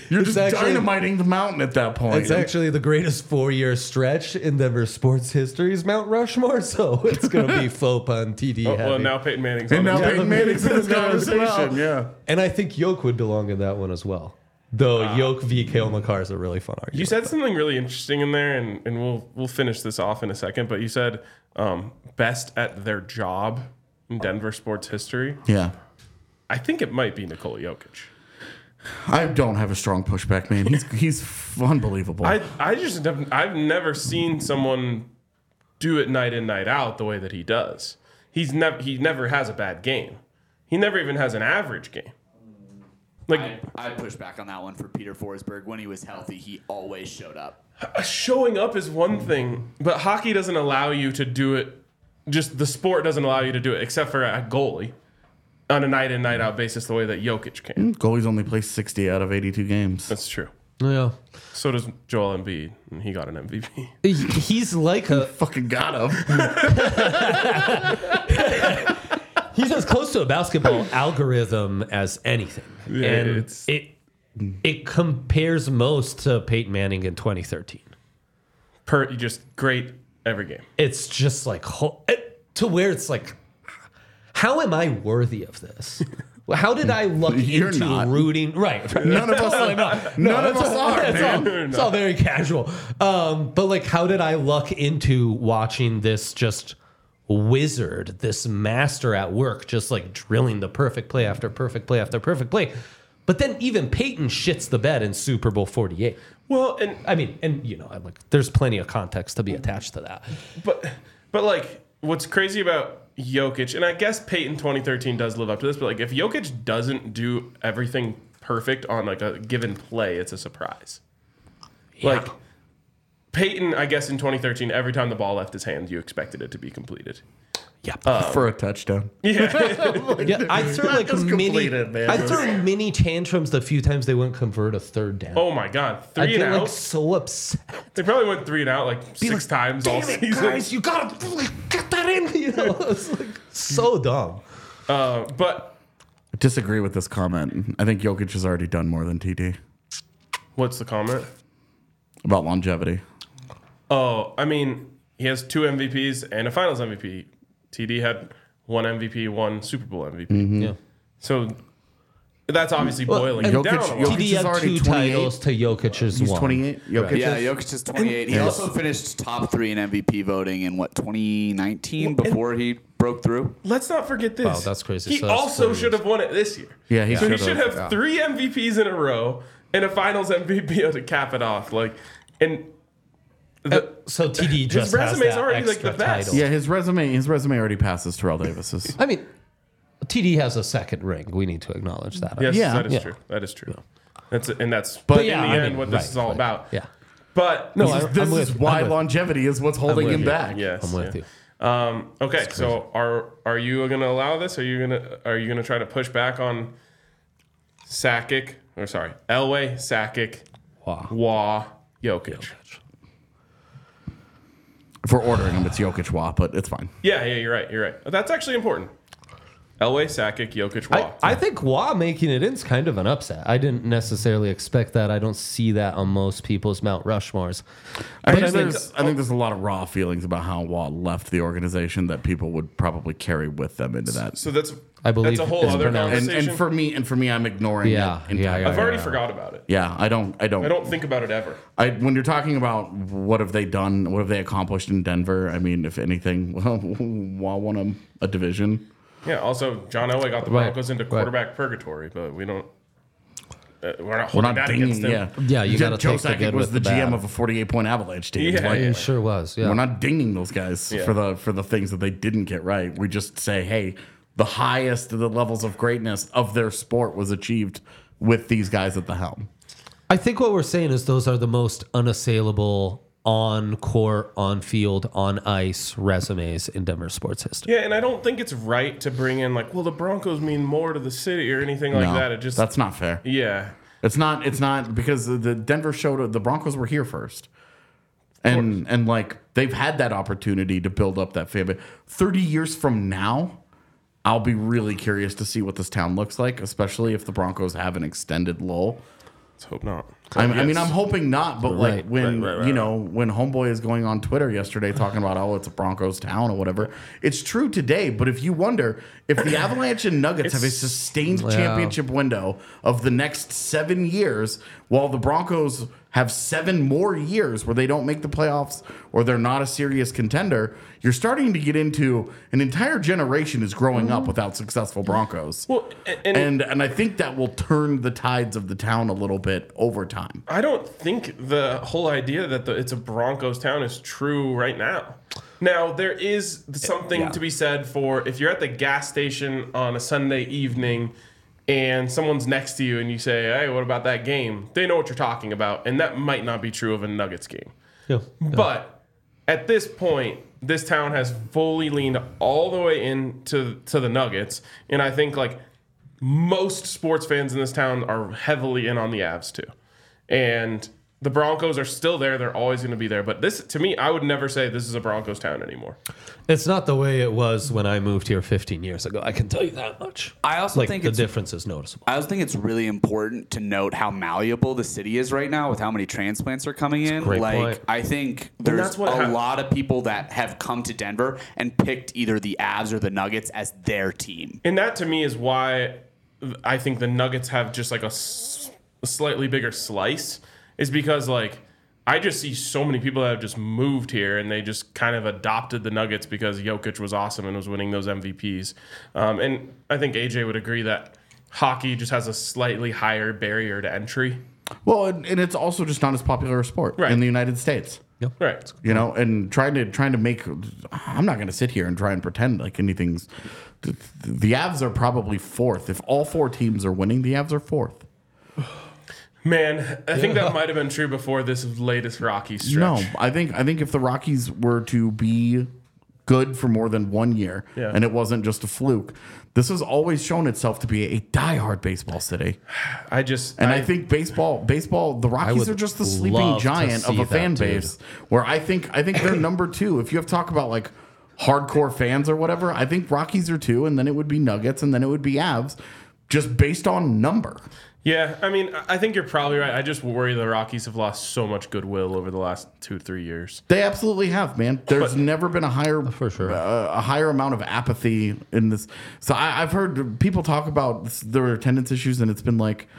Speaker 3: You're
Speaker 1: It's
Speaker 3: just
Speaker 1: actually-
Speaker 3: dynamiting the mountain at that point.
Speaker 1: It's actually the greatest four-year stretch in Denver sports history is Mount Rushmore, *laughs* so it's going
Speaker 2: *laughs*
Speaker 1: to be faux pun TD
Speaker 2: Oh, well,
Speaker 1: heavy.
Speaker 2: now Peyton Manning's
Speaker 3: and
Speaker 2: on
Speaker 3: now
Speaker 2: it.
Speaker 3: Peyton Manning's in this
Speaker 1: Yeah, as well.
Speaker 3: conversation. Yeah,
Speaker 1: And I think Yoke would belong in that one as well. Though Yoke v. Kale McCarr is a really fun argument.
Speaker 2: You said something really interesting in there, and, and we'll we'll finish this off in a second. But you said um, best at their job in Denver sports history.
Speaker 3: yeah.
Speaker 2: I think it might be Nikola Jokic.
Speaker 3: I don't have a strong pushback, man. He's he's f- unbelievable.
Speaker 2: I I just have, I've never seen someone do it night in night out the way that he does. He's never he never has a bad game. He never even has an average game. Like
Speaker 4: I, I push back on that one for Peter Forsberg. When he was healthy, he always showed up.
Speaker 2: showing up is one thing, but hockey doesn't allow you to do it. Just the sport doesn't allow you to do it, except for a goalie on a night in, night out basis, the way that Jokic can.
Speaker 3: Goalies only play sixty out of eighty-two games.
Speaker 2: That's true.
Speaker 1: yeah.
Speaker 2: So does Joel Embiid, and he got an MVP.
Speaker 1: He- He's like a
Speaker 3: *laughs* Fucking got him.
Speaker 1: *laughs* he's as close to a *laughs* basketball algorithm as anything,
Speaker 2: Yeah,
Speaker 1: and
Speaker 2: it's-
Speaker 1: it it compares most to Peyton Manning in 2013.
Speaker 2: *laughs* Per just great every game.
Speaker 1: It's just like ho- it- to where it's like, how am I worthy of *laughs* this? How did I luck
Speaker 3: You're
Speaker 1: into
Speaker 3: not.
Speaker 1: rooting? Right, right.
Speaker 3: None of us
Speaker 1: Totally
Speaker 3: are. *laughs*
Speaker 1: not.
Speaker 3: None
Speaker 1: No,
Speaker 3: of
Speaker 1: it's
Speaker 3: us
Speaker 1: all-
Speaker 3: are,
Speaker 1: It's all,
Speaker 3: *laughs* man.
Speaker 1: it's all very casual. Um, but like, how did I luck into watching this just wizard, this master at work, just like drilling the perfect play after perfect play after perfect play? But then even Peyton shits the bed in Super Bowl 48.
Speaker 2: Well, and
Speaker 1: I mean, and you know, I'm like, there's plenty of context to be attached to that.
Speaker 2: But but like what's crazy about Jokic, and I guess Peyton 2013 does live up to this, but like if Jokic doesn't do everything perfect on like a given play, it's a surprise. Like Peyton, I guess in 2013, every time the ball left his hands, you expected it to be completed.
Speaker 1: Yeah.
Speaker 3: For a touchdown.
Speaker 1: *laughs* yeah, I threw like
Speaker 3: Just
Speaker 1: mini,
Speaker 3: complete it, man.
Speaker 1: I threw mini tantrums the few times they wouldn't convert a third down.
Speaker 2: *laughs* Oh my god,
Speaker 1: I
Speaker 2: three and
Speaker 1: get
Speaker 2: out.
Speaker 1: like so upset.
Speaker 2: they probably went three and out like
Speaker 1: be
Speaker 2: six
Speaker 1: like,
Speaker 2: times all
Speaker 1: "Damn it,
Speaker 2: season.
Speaker 1: Guys, you gotta like, get that in. You know, it's like so dumb.
Speaker 2: Uh, but
Speaker 3: I disagree with this comment. I think Jokic has already done more than TD
Speaker 2: what's the comment?
Speaker 3: about longevity.
Speaker 2: Oh, I mean, he has two MVPs and a Finals MVP. TD had one MVP, one Super Bowl MVP.
Speaker 1: Yeah.
Speaker 2: So that's obviously boiling
Speaker 1: and
Speaker 2: down.
Speaker 3: Jokic-
Speaker 2: a lot.
Speaker 3: Jokic-
Speaker 1: TD
Speaker 3: is
Speaker 1: had
Speaker 3: already
Speaker 1: two
Speaker 3: 28.
Speaker 1: titles to Jokic's
Speaker 3: He's
Speaker 1: one.
Speaker 3: 28. Jokic
Speaker 4: Yeah,
Speaker 3: is?
Speaker 4: Jokic is 28. He also finished top three in MVP voting in what 2019 before he broke through.
Speaker 2: Let's not forget this.
Speaker 1: Wow, that's crazy.
Speaker 2: He
Speaker 1: So that's
Speaker 2: also
Speaker 1: four
Speaker 2: should have won it this year.
Speaker 3: Yeah, he
Speaker 2: so he
Speaker 3: should've,
Speaker 2: should have
Speaker 3: yeah.
Speaker 2: three MVPs in a row and a Finals MVP *laughs* to cap it off. Like, and the,
Speaker 1: Uh, So TD just
Speaker 2: resume's
Speaker 1: has that
Speaker 2: already, like,
Speaker 1: extra
Speaker 2: the best.
Speaker 1: title.
Speaker 3: Yeah, his resume his resume already passes Terrell Davis's.
Speaker 1: I mean, TD has a second ring. We need to acknowledge that.
Speaker 2: yes,
Speaker 3: Yeah.
Speaker 2: that is
Speaker 1: Yeah.
Speaker 2: true. That is true. That's and that's
Speaker 1: But
Speaker 2: in
Speaker 1: yeah,
Speaker 2: the
Speaker 1: I
Speaker 2: end
Speaker 1: mean,
Speaker 2: what this
Speaker 1: right,
Speaker 2: is all
Speaker 1: like,
Speaker 2: about.
Speaker 1: Yeah, *laughs*
Speaker 2: But
Speaker 1: No, I-
Speaker 3: He's-
Speaker 1: I'm
Speaker 3: this
Speaker 1: with-
Speaker 3: is
Speaker 1: I'm
Speaker 3: why
Speaker 1: with-
Speaker 3: longevity is what's holding
Speaker 1: with
Speaker 3: him
Speaker 1: you.
Speaker 3: back.
Speaker 2: yes,
Speaker 1: I'm with
Speaker 2: yeah.
Speaker 1: you.
Speaker 2: Um, okay, so are are you gonna allow this? Are you gonna are you gonna try to push back on Sakic or sorry Elway, Sakic,
Speaker 1: Wow.
Speaker 2: Wah, Jokic?
Speaker 3: If we're ordering them, it's Jokic Wa, but it's fine.
Speaker 2: Yeah, yeah, you're right. You're right. That's actually important. Elway, Sakic, Jokic, Wall.
Speaker 1: I, I think Wa making it in is kind of an upset. I didn't necessarily expect that. I don't see that on most people's Mount Rushmores.
Speaker 3: I
Speaker 1: But
Speaker 3: think,
Speaker 1: I mean-
Speaker 3: there's, I think there's a lot of raw feelings about how Wa left the organization that people would probably carry with them into that.
Speaker 2: so that's
Speaker 1: I believe
Speaker 2: that's a whole
Speaker 1: it's
Speaker 2: other
Speaker 1: pronounced-
Speaker 3: And,
Speaker 2: conversation.
Speaker 3: and for me, and for me, I'm ignoring
Speaker 1: Yeah,
Speaker 3: it.
Speaker 1: yeah,
Speaker 3: entirely.
Speaker 2: I've already forgot about it.
Speaker 3: Yeah, I don't, I don't,
Speaker 2: I don't think about it ever.
Speaker 3: I when you're talking about what have they done, what have they accomplished in Denver? I mean, if anything, *laughs* well, Wa won a, a division.
Speaker 2: Yeah. Also, John Elway got the
Speaker 1: Right,
Speaker 2: Broncos into
Speaker 1: right.
Speaker 2: quarterback purgatory, but we don't. Uh, we're not
Speaker 3: We're
Speaker 2: holding
Speaker 3: not
Speaker 2: that
Speaker 3: dinging,
Speaker 2: against them.
Speaker 3: yeah,
Speaker 1: Yeah, you
Speaker 3: Jo-
Speaker 1: gotta
Speaker 3: Joe
Speaker 1: take the
Speaker 3: Sakic
Speaker 1: good
Speaker 3: was
Speaker 1: with the
Speaker 3: the GM
Speaker 1: bad.
Speaker 3: of a 48 point Avalanche team.
Speaker 2: Yeah,
Speaker 3: Like,
Speaker 2: yeah.
Speaker 1: It sure was. Yeah.
Speaker 3: We're not dinging those guys
Speaker 2: Yeah.
Speaker 3: for the for the things that they didn't get right. We just say, hey, the highest of the levels of greatness of their sport was achieved with these guys at the helm.
Speaker 1: I think what we're saying is those are the most unassailable on court, on field, on ice resumes in Denver sports history.
Speaker 2: Yeah, and I don't think it's right to bring in like, well, the Broncos mean more to the city or anything like
Speaker 3: No,
Speaker 2: that. It just
Speaker 3: that's not fair.
Speaker 2: yeah.
Speaker 3: It's not. It's not because the Denver showed the Broncos were here first, and and like they've had that opportunity to build up that fan base. Thirty years from now, I'll be really curious to see what this town looks like, especially if the Broncos have an extended lull.
Speaker 2: Let's hope not.
Speaker 3: I'm, I mean, I'm hoping not, but like
Speaker 1: Right,
Speaker 3: when
Speaker 2: right, right, right,
Speaker 3: you know when Homeboy is going on Twitter yesterday talking about oh it's a Broncos town or whatever, it's true today. But if you wonder if the Avalanche and Nuggets have a sustained championship window of the next seven years, while the Broncos have seven more years where they don't make the playoffs or they're not a serious contender, you're starting to get into an entire generation is growing up without successful Broncos.
Speaker 2: Mm-hmm. Well, a- and,
Speaker 3: and and I think that will turn the tides of the town a little bit over time.
Speaker 2: I don't think the whole idea that the, it's a Broncos town is true right now. Now there is something to be said for if you're at the gas station on a Sunday evening and someone's next to you and you say, "Hey, what about that game?" They know what you're talking about, and that might not be true of a Nuggets game.
Speaker 1: Yeah.
Speaker 2: But at this point, this town has fully leaned all the way into to the Nuggets, and I think like most sports fans in this town are heavily in on the Avs too, and the Broncos are still there. They're always going to be there. But this, to me, I would never say this is a Broncos town anymore.
Speaker 1: It's not the way it was when I moved here 15 years ago. I can tell you that much.
Speaker 4: I also
Speaker 1: like
Speaker 4: think
Speaker 1: the
Speaker 4: it's-
Speaker 1: difference is noticeable.
Speaker 4: I also think it's really important to note how malleable the city is right now with how many transplants are coming in.
Speaker 1: great
Speaker 4: like
Speaker 1: point.
Speaker 4: I think there's
Speaker 2: that's what
Speaker 4: a
Speaker 2: hap-
Speaker 4: lot of people that have come to Denver and picked either the Avs or the Nuggets as their team.
Speaker 2: And that to me is why I think the Nuggets have just like a, s- a slightly bigger slice, is because like I just see so many people that have just moved here and they just kind of adopted the Nuggets because Jokic was awesome and was winning those MVPs. Um, and I think AJ would agree that hockey just has a slightly higher barrier to entry.
Speaker 3: Well, and, and it's also just not as popular a sport
Speaker 2: Right.
Speaker 3: in the United States.
Speaker 2: Right.
Speaker 3: You know, and trying to trying to make, I'm not going to sit here and try and pretend like anything's. The, the Avs are probably fourth. If all four teams are winning, the Avs are fourth.
Speaker 2: Man, I think that might have been true before this latest Rocky stretch.
Speaker 3: No, I think I think if the Rockies were to be good for more than one year,
Speaker 2: Yeah.
Speaker 3: and it wasn't just a fluke, this has always shown itself to be a diehard baseball city.
Speaker 2: I just
Speaker 3: And I, think baseball, baseball, the Rockies
Speaker 1: would
Speaker 3: are just the
Speaker 1: love
Speaker 3: sleeping
Speaker 1: to
Speaker 3: giant of
Speaker 1: see
Speaker 3: a fan
Speaker 1: that, dude.
Speaker 3: base. Where I think, I think they're number two. If you have to talk about like hardcore fans or whatever, I think Rockies are two, and then it would be Nuggets, and then it would be Avs, just based on number.
Speaker 2: Yeah, I mean, I I think you're probably right. I just worry the Rockies have lost so much goodwill over the last two, three years.
Speaker 3: They absolutely have, man. There's never been a higher
Speaker 1: For sure.
Speaker 3: uh, a higher amount of apathy in this. So I, I've heard people talk about s- their attendance issues, and it's been like,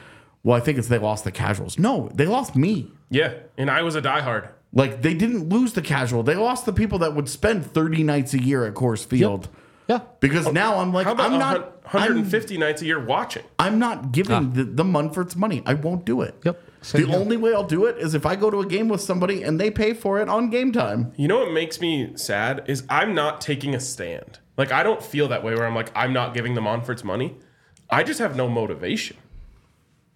Speaker 3: well, I think it's they lost the casuals. No, they lost me.
Speaker 2: Yeah, and I was a diehard.
Speaker 3: Like they didn't lose the casual. They lost the people that would spend 30 nights a year at Coors Field.
Speaker 1: Yeah.
Speaker 3: Because now I'm like
Speaker 2: How about
Speaker 3: I'm not
Speaker 2: hun-
Speaker 3: I'm,
Speaker 2: 150 nights a year watching?
Speaker 3: I'm not giving the, the Munfords money. I won't do it.
Speaker 1: Yep. Same
Speaker 3: The
Speaker 1: here.
Speaker 3: only way I'll do it is if I go to a game with somebody and they pay for it on game time.
Speaker 2: You know what makes me sad is I'm not taking a stand. Like I don't feel that way where I'm like I'm not giving the Monforts money. I just have no motivation.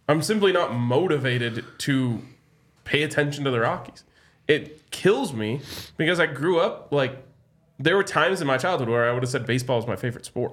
Speaker 2: I'm simply not motivated to pay attention to the Rockies. It kills me because I grew up like there were times in my childhood where I would have said baseball is my favorite sport.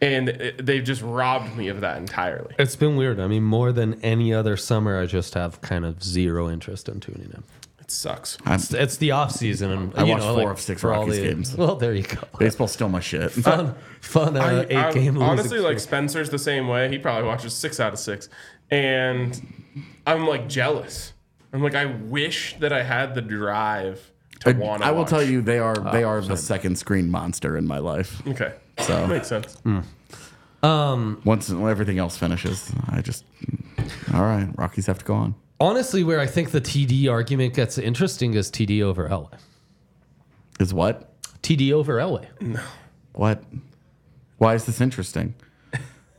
Speaker 2: And it- they've just robbed me of that entirely.
Speaker 1: It's been weird. I mean, more than any other summer, I just have kind of zero interest in tuning in.
Speaker 2: It sucks.
Speaker 3: I'm,
Speaker 1: It's, it's the off season. And,
Speaker 3: I
Speaker 1: you
Speaker 3: watched
Speaker 1: know,
Speaker 3: four
Speaker 1: like,
Speaker 3: of six
Speaker 1: for all
Speaker 3: Rockies
Speaker 1: the- *laughs*
Speaker 3: games.
Speaker 1: Well, there you go.
Speaker 3: baseball's still my shit.
Speaker 1: Fun, fun uh,
Speaker 2: I-
Speaker 1: eight
Speaker 2: I-
Speaker 1: game losing
Speaker 2: honestly, like
Speaker 1: streak.
Speaker 2: Spencer's the same way. He probably watches six out of six, and I'm like jealous. I'm like, I wish that I had the drive to want.
Speaker 3: I will tell you, they are they are the second screen monster in my life.
Speaker 2: Okay,
Speaker 3: So-
Speaker 2: makes sense.
Speaker 3: Once everything else finishes, I just all right. Rockies have to go on.
Speaker 1: honestly, where I think the TD argument gets interesting is TD over Elway.
Speaker 3: Is what
Speaker 1: TD over Elway.
Speaker 3: what? Why is this interesting?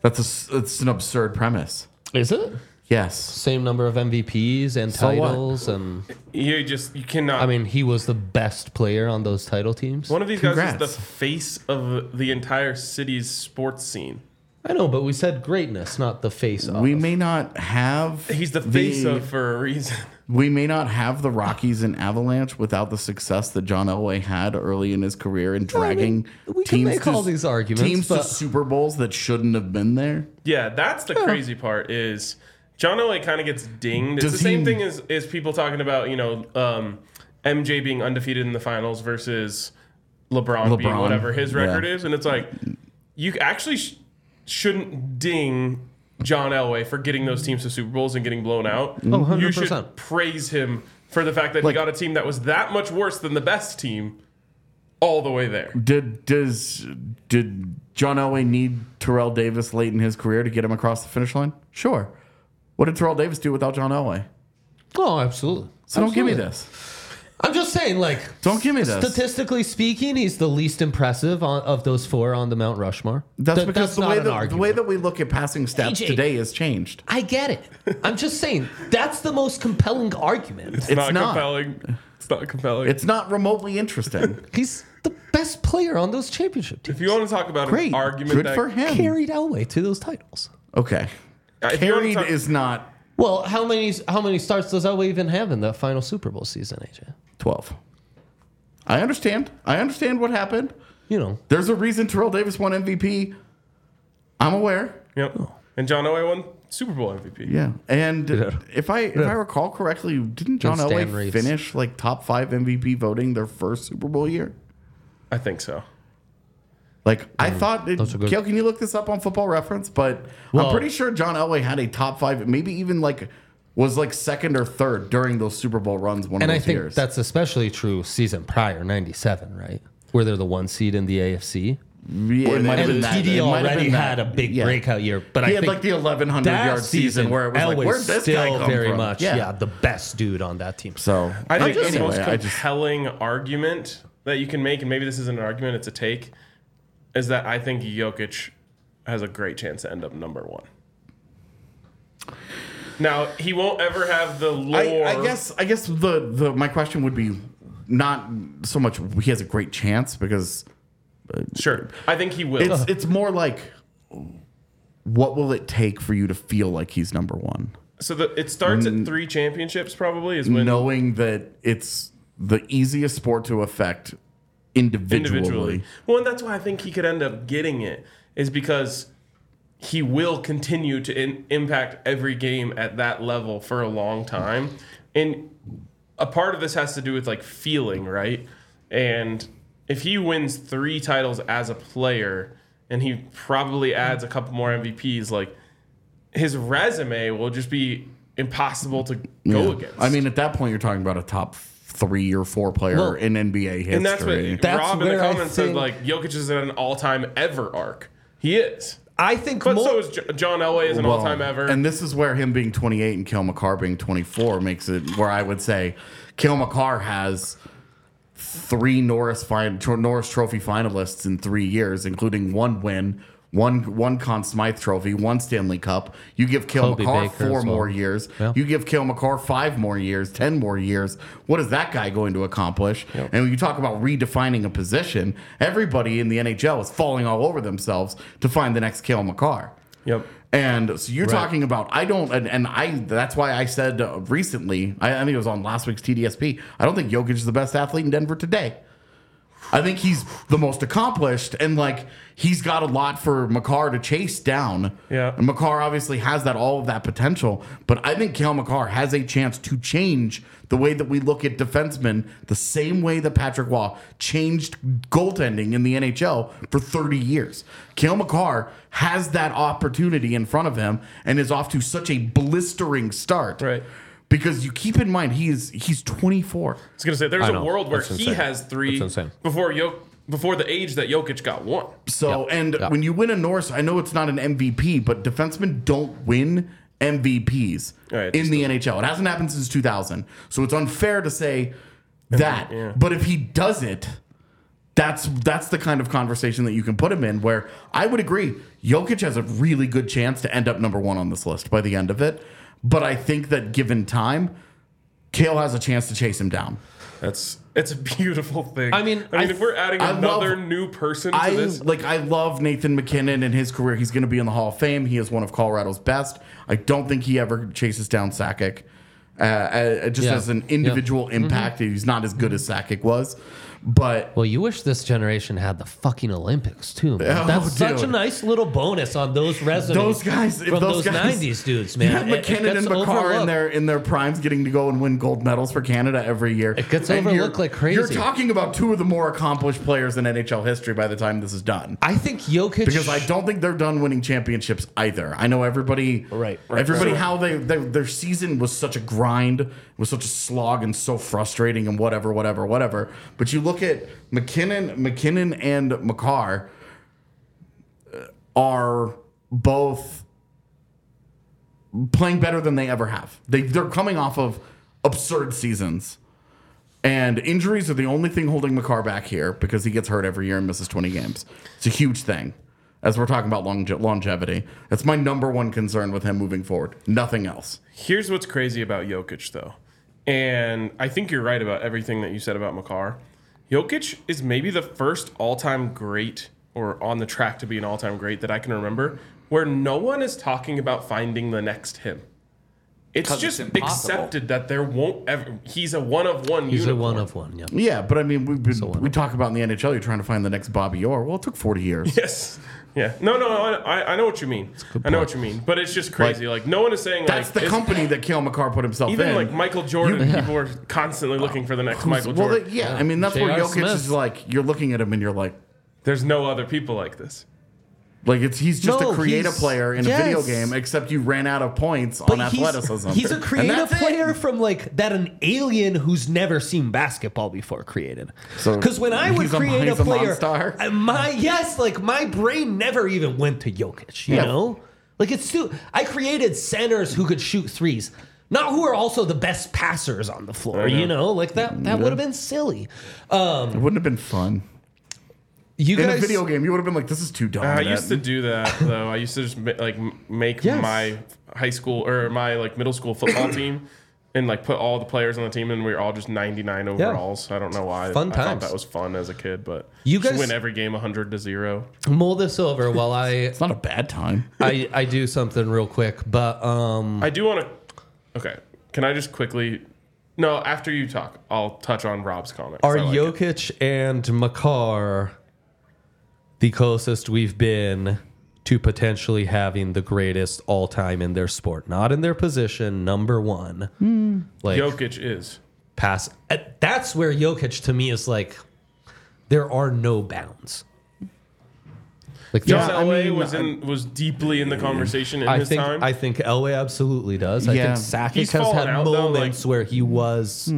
Speaker 3: That's a s- it's an absurd premise.
Speaker 1: Is it?
Speaker 3: Yes.
Speaker 1: Same number of MVPs and
Speaker 3: So what?
Speaker 1: titles, and
Speaker 2: You just you cannot.
Speaker 1: I mean, he was the best player on those title teams.
Speaker 2: one of these guys is
Speaker 3: congrats.
Speaker 2: the face of the entire city's sports scene.
Speaker 1: I know, but we said greatness, not the face off.
Speaker 3: We may not have
Speaker 2: He's the face of for a reason.
Speaker 3: we may not have the Rockies and Avalanche without the success that John Elway had early in his career
Speaker 1: I
Speaker 3: in
Speaker 1: mean,
Speaker 3: dragging
Speaker 1: we can
Speaker 3: teams
Speaker 1: make
Speaker 3: to,
Speaker 1: all these arguments,
Speaker 3: teams to
Speaker 1: but-
Speaker 3: Super Bowls that shouldn't have been there.
Speaker 2: Yeah, that's the crazy part is John Elway kind of gets dinged. It's
Speaker 3: Does
Speaker 2: the same
Speaker 3: he-
Speaker 2: thing as, as people talking about, you know, um, MJ being undefeated in the finals versus LeBron, being
Speaker 3: LeBron,
Speaker 2: whatever his
Speaker 3: yeah.
Speaker 2: record is. And it's like, you actually sh- shouldn't ding John Elway for getting those teams to Super Bowls and getting blown out. You should
Speaker 1: 100%.
Speaker 2: praise him for the fact that
Speaker 3: Mm-hmm. Like-
Speaker 2: he got a team that was that much worse than the best team all the way there.
Speaker 3: Did does did John Elway need Terrell Davis late in his career to get him across the finish line? Sure. What did Terrell Davis do without John Elway?
Speaker 1: oh, absolutely.
Speaker 3: So don't give me
Speaker 1: Absolutely.
Speaker 3: this.
Speaker 1: I'm just saying, like,
Speaker 3: Don't give me this.
Speaker 1: statistically speaking, he's the least impressive on, of those four on the Mount Rushmore.
Speaker 3: That's
Speaker 1: Th-
Speaker 3: because the
Speaker 1: not
Speaker 3: way
Speaker 1: an
Speaker 3: that the
Speaker 1: argument.
Speaker 3: way that we look at passing stats
Speaker 1: AJ.
Speaker 3: today has changed.
Speaker 1: I get it. I'm just saying that's the most compelling argument.
Speaker 2: It's
Speaker 3: It's
Speaker 2: not,
Speaker 3: not.
Speaker 2: compelling. It's not compelling.
Speaker 3: It's not
Speaker 1: *laughs*
Speaker 3: remotely interesting.
Speaker 1: He's the best player on those championship teams.
Speaker 2: if you want to talk about
Speaker 3: Great.
Speaker 2: an argument
Speaker 3: Good
Speaker 2: that
Speaker 3: for him.
Speaker 1: Carried Elway to those titles.
Speaker 3: Okay.
Speaker 2: Uh, If you wanna
Speaker 3: Carried
Speaker 2: talk-
Speaker 3: is not
Speaker 1: Well, how many how many starts does Elway even have in that final Super Bowl season, AJ?
Speaker 3: 12. I understand. I understand what happened.
Speaker 1: You know,
Speaker 3: There's a reason Terrell Davis won MVP. I'm aware.
Speaker 2: Yep. And John Elway won Super Bowl MVP.
Speaker 3: Oh. Yeah. And if I if I recall correctly, didn't John
Speaker 1: That's Dan
Speaker 3: Elway
Speaker 1: Reeves.
Speaker 3: finish like top 5 MVP voting their first Super Bowl year?
Speaker 2: I think so.
Speaker 3: Like I thought, it,
Speaker 1: those are good.
Speaker 3: Kale, can you look this up on Football Reference? But
Speaker 1: Well-
Speaker 3: I'm pretty sure John Elway had a top five, maybe even like was like second or third during those Super Bowl runs. One
Speaker 1: and
Speaker 3: of
Speaker 1: I
Speaker 3: those
Speaker 1: think
Speaker 3: years.
Speaker 1: that's especially true season prior, '97, right? Where they're the one seed in the AFC,
Speaker 3: yeah, it might have been
Speaker 1: and
Speaker 3: that.
Speaker 1: TD
Speaker 3: It might have
Speaker 1: already
Speaker 3: been that.
Speaker 1: had a big
Speaker 3: Yeah.
Speaker 1: breakout year. But
Speaker 3: He
Speaker 1: I
Speaker 3: had
Speaker 1: think
Speaker 3: like the 1100
Speaker 1: that
Speaker 3: yard season where it was
Speaker 1: Elway's
Speaker 3: like, where's this
Speaker 1: still
Speaker 3: guy come
Speaker 1: very
Speaker 3: from?
Speaker 1: much, yeah, the best dude on that team.
Speaker 3: So
Speaker 2: I think
Speaker 3: anyway,
Speaker 2: the most
Speaker 3: I just
Speaker 2: compelling argument that you can make, and maybe this isn't an argument, it's a take, is that I think Jokic has a great chance to end up number one. Now he won't ever have the lore.
Speaker 3: I, I guess I guess the the my question would be not so much he has a great chance because uh,
Speaker 2: Sure, I think he will.
Speaker 3: it's it's more like what will it take for you to feel like he's number one?
Speaker 2: so the, it starts
Speaker 3: Mm.
Speaker 2: at three championships, probably is when
Speaker 3: knowing that it's the easiest sport to affect individually.
Speaker 2: individually. Well, and that's why I think he could end up getting it is because he will continue to in, impact every game at that level for a long time. And a part of this has to do with like feeling, right? And if he wins three titles as a player and he probably adds a couple more MVPs, like his resume will just be impossible to go
Speaker 3: Yeah.
Speaker 2: against.
Speaker 3: I mean, at that point, you're talking about a top three or four player
Speaker 1: Well,
Speaker 3: in NBA history.
Speaker 2: And that's what
Speaker 1: That's
Speaker 2: Rob in the
Speaker 1: where I
Speaker 2: comments said.
Speaker 1: think-
Speaker 2: Like Jokic is at an all-time ever arc. He is,
Speaker 1: I think
Speaker 2: but
Speaker 1: more.
Speaker 2: so is J- John Elway is an
Speaker 3: Well,
Speaker 2: all-time ever.
Speaker 3: And this is where him being 28 and Kale McCarr being 24 makes it where I would say Kale McCarr has three Norris fin- tro- Norris Trophy finalists in three years, including one win, one one Conn Smythe Trophy, one Stanley Cup. You give Kale
Speaker 1: Kobe
Speaker 3: McCarr
Speaker 1: Baker
Speaker 3: four
Speaker 1: as well.
Speaker 3: more years.
Speaker 1: Yeah.
Speaker 3: You give Kale McCarr five more years, ten more years. What is that guy going to accomplish? And when you talk about redefining a position, everybody in the NHL is falling all over themselves to find the next Kale McCarr.
Speaker 2: yep.
Speaker 3: And so you're talking about I don't and, and I that's why I said uh, recently I, I think it was on last week's TDSP I don't think Jokic is the best athlete in Denver today. I think he's the most accomplished, and like he's got a lot for Makar to chase down.
Speaker 2: Yeah.
Speaker 3: and Makar obviously has that all of that potential, but I think Kale McCarr has a chance to change the way that we look at defensemen, the same way that Patrick Waugh changed goaltending in the NHL for 30 years. Kale McCarr has that opportunity in front of him and is off to such a blistering start.
Speaker 2: Right.
Speaker 3: Because you keep in mind he is he's 24.
Speaker 2: was gonna say there's
Speaker 1: I
Speaker 2: a
Speaker 1: know.
Speaker 2: world where
Speaker 1: That's
Speaker 2: he
Speaker 1: insane.
Speaker 2: has three
Speaker 1: That's insane.
Speaker 2: before Jok- before the age that Jokic got one.
Speaker 3: So, and
Speaker 1: yeah.
Speaker 3: when you win a Norse, I know it's not an MVP, but defensemen don't win MVPs
Speaker 2: Right,
Speaker 3: in the NHL. It hasn't happened since 2000. So it's unfair to say that.
Speaker 2: yeah.
Speaker 3: But if he does it, that's that's the kind of conversation that you can put him in where I would agree Jokic has a really good chance to end up number 1 on this list by the end of it, but I think that given time, Kale has a chance to chase him down.
Speaker 2: That's it's a beautiful thing.
Speaker 1: I mean,
Speaker 2: I mean,
Speaker 1: I-
Speaker 2: if we're adding
Speaker 3: I
Speaker 2: another
Speaker 3: love-
Speaker 2: new person to
Speaker 3: I
Speaker 2: this,
Speaker 3: like I love Nathan McKinnon and his career. He's going to be in the Hall of Fame. He is one of Colorado's best. I don't think he ever chases down Sakic. Uh, uh, just
Speaker 1: Yeah. Mm-hmm.
Speaker 3: as an individual impact, he's not as good as Sakic was. But
Speaker 1: Well, you wish this generation had the fucking Olympics too. Man.
Speaker 3: Oh,
Speaker 1: That's such a
Speaker 3: dude.
Speaker 1: nice little bonus on those resumes.
Speaker 3: those guys,
Speaker 1: from those,
Speaker 3: those, guys,
Speaker 1: '90s dudes,
Speaker 3: you
Speaker 1: man.
Speaker 3: have
Speaker 1: It- it
Speaker 3: *laughs* McKinnon and
Speaker 1: gets
Speaker 3: McCarr in
Speaker 1: overlooked.
Speaker 3: their in their primes, getting to go and win gold medals for Canada every year. It
Speaker 1: gets overlooked like crazy.
Speaker 3: You're talking about two of the more accomplished players in NHL history by the time this is done.
Speaker 1: I think Jokic
Speaker 3: because I don't think they're done winning championships either. I know everybody,
Speaker 1: Right,
Speaker 3: everybody, how they, they their season was such a grind, was such a slog, and so frustrating, and whatever, whatever, whatever. But you look at McKinnon, McKinnon, and McCarr uh, are both playing better than they ever have. They they're coming off of absurd seasons. And injuries are the only thing holding McCarr back here because he gets hurt every year and misses 20 games. It's a huge thing as we're talking about longe- longevity. That's my number one concern with him moving forward. Nothing else.
Speaker 2: Here's what's crazy about Jokic, though. And I think you're right about everything that you said about Makar. Jokic is maybe the first all time great or on the track to be an all time great that I can remember where no one is talking about finding the next him. It's
Speaker 4: 'Cause it's
Speaker 2: just
Speaker 4: impossible.
Speaker 2: accepted that there won't ever. He's a one of one.
Speaker 1: He's a
Speaker 2: unicorn.
Speaker 1: one of one. Yeah.
Speaker 3: Yeah, but I mean, we've been,
Speaker 1: what?
Speaker 3: we talk about in the NHL, you're trying to find the next Bobby Orr. Well, it took
Speaker 2: *laughs*
Speaker 3: 40
Speaker 2: *laughs*
Speaker 3: years.
Speaker 2: Yes. Yeah. No. No. I, I- I know what you mean. I know what you mean. But it's just crazy. Like, no one is saying
Speaker 3: That's
Speaker 2: like
Speaker 3: the
Speaker 2: it's-
Speaker 3: company that Kale McCarr put himself
Speaker 2: Even
Speaker 3: in.
Speaker 2: like Michael Jordan,
Speaker 1: *laughs*
Speaker 2: people are constantly looking for the next Michael
Speaker 3: well,
Speaker 2: Jordan.
Speaker 3: they- yeah, I mean, that's where
Speaker 1: J.R.
Speaker 3: Jokic is
Speaker 1: Smith.
Speaker 3: like, you're looking at him and you're like,
Speaker 2: There's no other people like this.
Speaker 3: like it's he's just
Speaker 1: No,
Speaker 3: a creative
Speaker 1: he's-
Speaker 3: player in a video
Speaker 1: yes.
Speaker 3: game, except you ran out of points on
Speaker 1: But
Speaker 3: athleticism.
Speaker 1: He's, he's a
Speaker 3: And
Speaker 1: creative
Speaker 3: that's it.
Speaker 1: player from like that an alien who's never seen basketball before created.
Speaker 3: So
Speaker 1: Because when I would
Speaker 3: he's a-
Speaker 1: create a,
Speaker 3: he's a
Speaker 1: player,
Speaker 3: monster?
Speaker 1: I- my yes, like my brain never even went to Jokic. You
Speaker 3: Yeah.
Speaker 1: know, like it's too. I created centers who could shoot threes. Not who are also the best passers on the floor, you know, like that. That would have been silly.
Speaker 3: It wouldn't have been fun.
Speaker 1: You
Speaker 3: in
Speaker 1: guys,
Speaker 3: a video game, you would have been like, "This is too dumb."
Speaker 2: I used to do that though. I used to just ma- like m- make
Speaker 1: Yes.
Speaker 2: my high school or my like middle
Speaker 1: *coughs*
Speaker 2: school football team, and like put all the players on the team, and we were all just 99 overalls. I don't know why.
Speaker 1: Fun
Speaker 2: I thought
Speaker 1: times.
Speaker 2: that was fun as a kid, but
Speaker 1: You
Speaker 2: just
Speaker 1: guys-
Speaker 2: win every game 100 to zero.
Speaker 1: mull this over while
Speaker 3: *laughs*
Speaker 1: I,
Speaker 3: It's not a bad time.
Speaker 1: I I do something real quick. But um,
Speaker 2: I do want to. Okay, can I just quickly? No, after you talk, I'll touch on Rob's comment. 'cause
Speaker 1: Are
Speaker 2: I like it.
Speaker 1: Jokic and Makar the closest we've been to potentially having the greatest all time in their sport? Not in their position, number one. Like
Speaker 2: Jokic is
Speaker 1: pass. uh, That's where Jokic to me is like, there are no bounds. Like
Speaker 2: John
Speaker 1: there's-
Speaker 3: I
Speaker 2: Elway
Speaker 3: mean,
Speaker 2: was in was deeply in the conversation in
Speaker 1: I
Speaker 2: his
Speaker 1: think
Speaker 2: time.
Speaker 1: I think Elway absolutely does.
Speaker 3: Yeah.
Speaker 1: I think
Speaker 2: He's
Speaker 1: Sakic has
Speaker 2: fallen
Speaker 1: had
Speaker 2: out, though, like-
Speaker 1: moments where he was.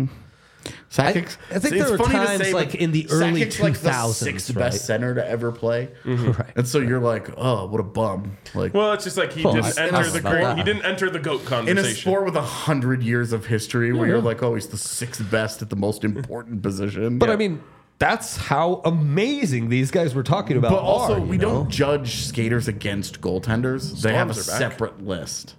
Speaker 3: Sakic,
Speaker 1: I think there were times, like, in the early
Speaker 3: Sakic's, like, the
Speaker 1: 2000s,
Speaker 3: sixth
Speaker 1: right?
Speaker 3: best center to ever play,
Speaker 1: Right.
Speaker 3: Mm-hmm. and so you're like, "Oh, what a bum!" Like
Speaker 2: Well, it's just like he
Speaker 1: Oh,
Speaker 2: didn't
Speaker 1: I- I
Speaker 2: enter
Speaker 1: don't
Speaker 2: the
Speaker 1: know
Speaker 2: great,
Speaker 1: about
Speaker 2: he
Speaker 1: that.
Speaker 2: didn't enter the goat
Speaker 3: in
Speaker 2: conversation.
Speaker 3: a sport with a hundred years of history, where you're
Speaker 1: yeah.
Speaker 3: like, "Oh, he's the sixth best at the most important position."
Speaker 1: But I mean, that's how amazing these guys we're talking about.
Speaker 3: but also
Speaker 1: are, you
Speaker 3: we
Speaker 1: know?
Speaker 3: don't judge skaters against goaltenders. they have a
Speaker 2: Storms are back.
Speaker 3: separate list,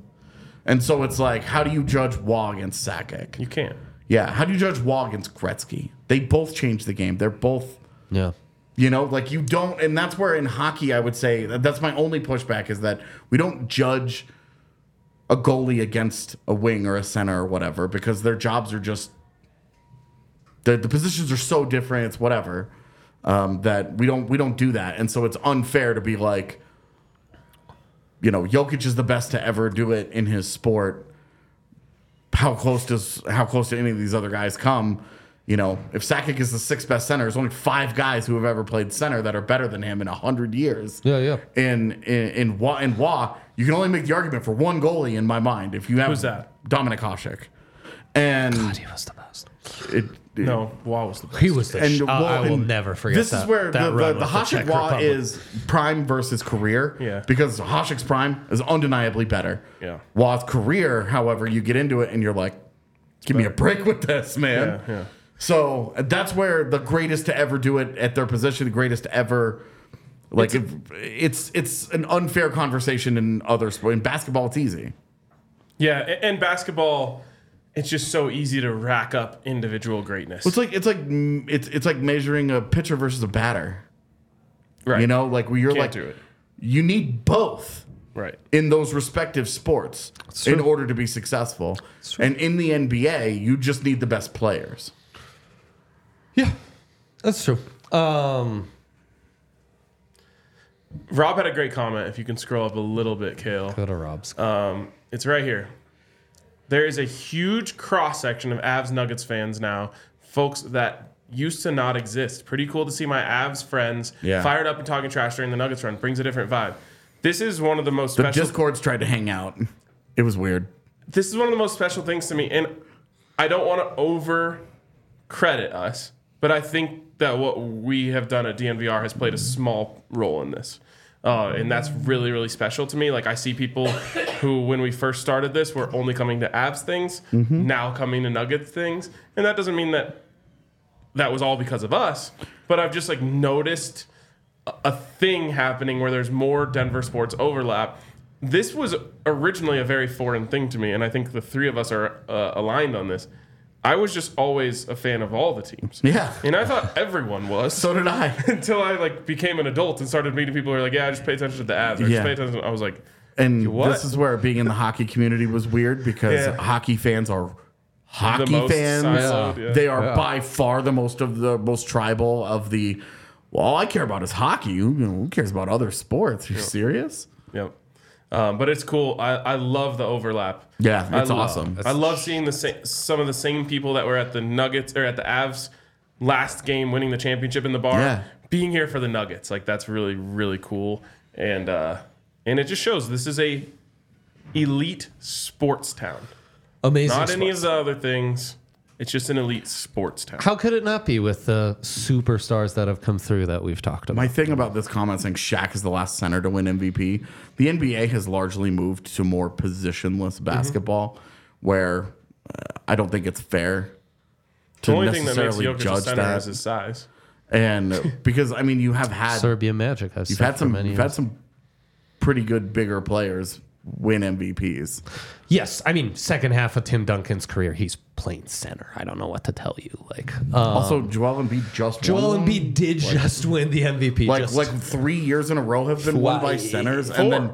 Speaker 3: and so it's like, how do you judge Waugh against Sakic?
Speaker 2: you can't.
Speaker 3: yeah, how do you judge Waugh against Gretzky? They both changed the game. They're both
Speaker 1: Yeah.
Speaker 3: You know, like you don't, and that's where in hockey I would say that that's my only pushback is that we don't judge a goalie against a wing or a center or whatever because their jobs are just the the positions are so different. It's whatever. um, that we don't we don't do that, and so it's unfair to be like, you know, Jokic is the best to ever do it in his sport. How close does how close do any of these other guys come? You know, if Sakic is the sixth best center, there's only five guys who have ever played center that are better than him in hundred years.
Speaker 1: Yeah, yeah.
Speaker 3: In in in Wa, in Wa, you can only make the argument for one goalie in my mind. If you have
Speaker 2: Who's that?
Speaker 3: Dominic Hasek, and
Speaker 1: He was the best.
Speaker 3: it, it-
Speaker 2: No, Wall was the best.
Speaker 1: He was the.
Speaker 3: And
Speaker 1: sh- I-
Speaker 3: well,
Speaker 1: I will
Speaker 3: and
Speaker 1: never forget.
Speaker 3: This
Speaker 1: is
Speaker 3: is where
Speaker 1: that
Speaker 3: the, the,
Speaker 1: run
Speaker 3: the
Speaker 1: with
Speaker 3: Hasek
Speaker 1: Czech
Speaker 3: Wa
Speaker 1: Republic.
Speaker 3: is prime versus career.
Speaker 2: Yeah.
Speaker 3: Because Hasek's prime is undeniably better.
Speaker 2: Yeah.
Speaker 3: Wa's career, however, you get into it and you're like, give me a break with this, man.
Speaker 2: Yeah, yeah.
Speaker 3: So that's where the greatest to ever do it at their position, the greatest to ever. Like if- it's, it's an unfair conversation in other sports. In basketball, it's easy.
Speaker 2: Yeah, a- and basketball, it's just so easy to rack up individual greatness.
Speaker 3: It's like it's like mm, it's it's like measuring a pitcher versus a batter.
Speaker 2: right.
Speaker 3: You know, like where you're
Speaker 2: Can't
Speaker 3: like
Speaker 2: do it.
Speaker 3: you need both.
Speaker 2: Right.
Speaker 3: in those respective sports in order to be successful. And in the NBA, you just need the best players.
Speaker 1: Yeah, that's true. Um,
Speaker 2: Rob had a great comment. If you can scroll up a little bit, Kale.
Speaker 1: go to Rob's.
Speaker 3: Uh,
Speaker 2: Um, it's right here. There is a huge cross section of Avs Nuggets fans now, folks that used to not exist. Pretty cool to see my Avs friends
Speaker 3: Yeah.
Speaker 2: fired up and talking trash during the Nuggets run. Brings a different vibe. This is one of the most
Speaker 3: The
Speaker 2: special.
Speaker 3: Discords tried to hang out. It was weird.
Speaker 2: this is one of the most special things to me, and I don't want to over credit us, but I think that what we have done at DNVR has played a small role in this. Uh, and that's really, really special to me. Like, I see people who, when we first started this, were only coming to abs things, now coming to nuggets things. And that doesn't mean that that was all because of us, but I've just like noticed a- a thing happening where there's more Denver sports overlap. This was originally a very foreign thing to me, and I think the three of us are uh, aligned on this. I was just always a fan of all the teams.
Speaker 3: Yeah.
Speaker 2: And I thought everyone was *laughs*
Speaker 3: So did I.
Speaker 2: until I like became an adult and started meeting people who were like, yeah, I just pay attention to the ads. I
Speaker 3: Yeah.
Speaker 2: just pay attention. I was like,
Speaker 3: And
Speaker 2: What?
Speaker 3: this is where being in the hockey community was weird because
Speaker 2: Yeah.
Speaker 3: hockey fans are hockey
Speaker 2: most
Speaker 3: fans.
Speaker 2: siloed, Yeah. yeah.
Speaker 3: They are by far the most of the most tribal of the. Well, all I care about is hockey. Who, you know, who cares about other sports? You're serious?
Speaker 2: yep. Um, but it's cool. I, I love the overlap.
Speaker 3: Yeah, it's
Speaker 2: I love-
Speaker 3: awesome.
Speaker 2: I love seeing the sa- some of the same people that were at the Nuggets or at the Avs last game winning the championship in the bar
Speaker 3: Yeah.
Speaker 2: being here for the Nuggets. Like that's really really cool and uh and it just shows this is a elite sports town.
Speaker 1: Amazing.
Speaker 2: Not any
Speaker 1: sport.
Speaker 2: of the other things. It's just an elite sports town.
Speaker 1: How could it not be with the superstars that have come through that we've talked about?
Speaker 3: My thing about this comment saying Shaq is the last center to win MVP, the NBA has largely moved to more
Speaker 2: Mm-hmm.
Speaker 3: positionless basketball, where uh, I don't think it's fair to
Speaker 2: the only thing that makes
Speaker 3: necessarily
Speaker 2: Jokic a
Speaker 3: judge
Speaker 2: center is
Speaker 3: that.
Speaker 2: his size. *laughs*
Speaker 3: and because I mean, you have had
Speaker 1: Serbian Magic. I've
Speaker 3: you've had some
Speaker 1: many
Speaker 3: you've
Speaker 1: years.
Speaker 3: had some pretty good bigger players win MVPs.
Speaker 1: Yes, I mean second half of Tim Duncan's career, he's playing center. I don't know what to tell you. Like uh,
Speaker 3: Also, Joel Embiid just
Speaker 1: Joel
Speaker 3: won one.
Speaker 1: Embiid did just win the MVP.
Speaker 3: like
Speaker 1: just-
Speaker 3: like three years in a row have been won by
Speaker 1: Twice.
Speaker 3: centers,
Speaker 2: Four.
Speaker 3: and then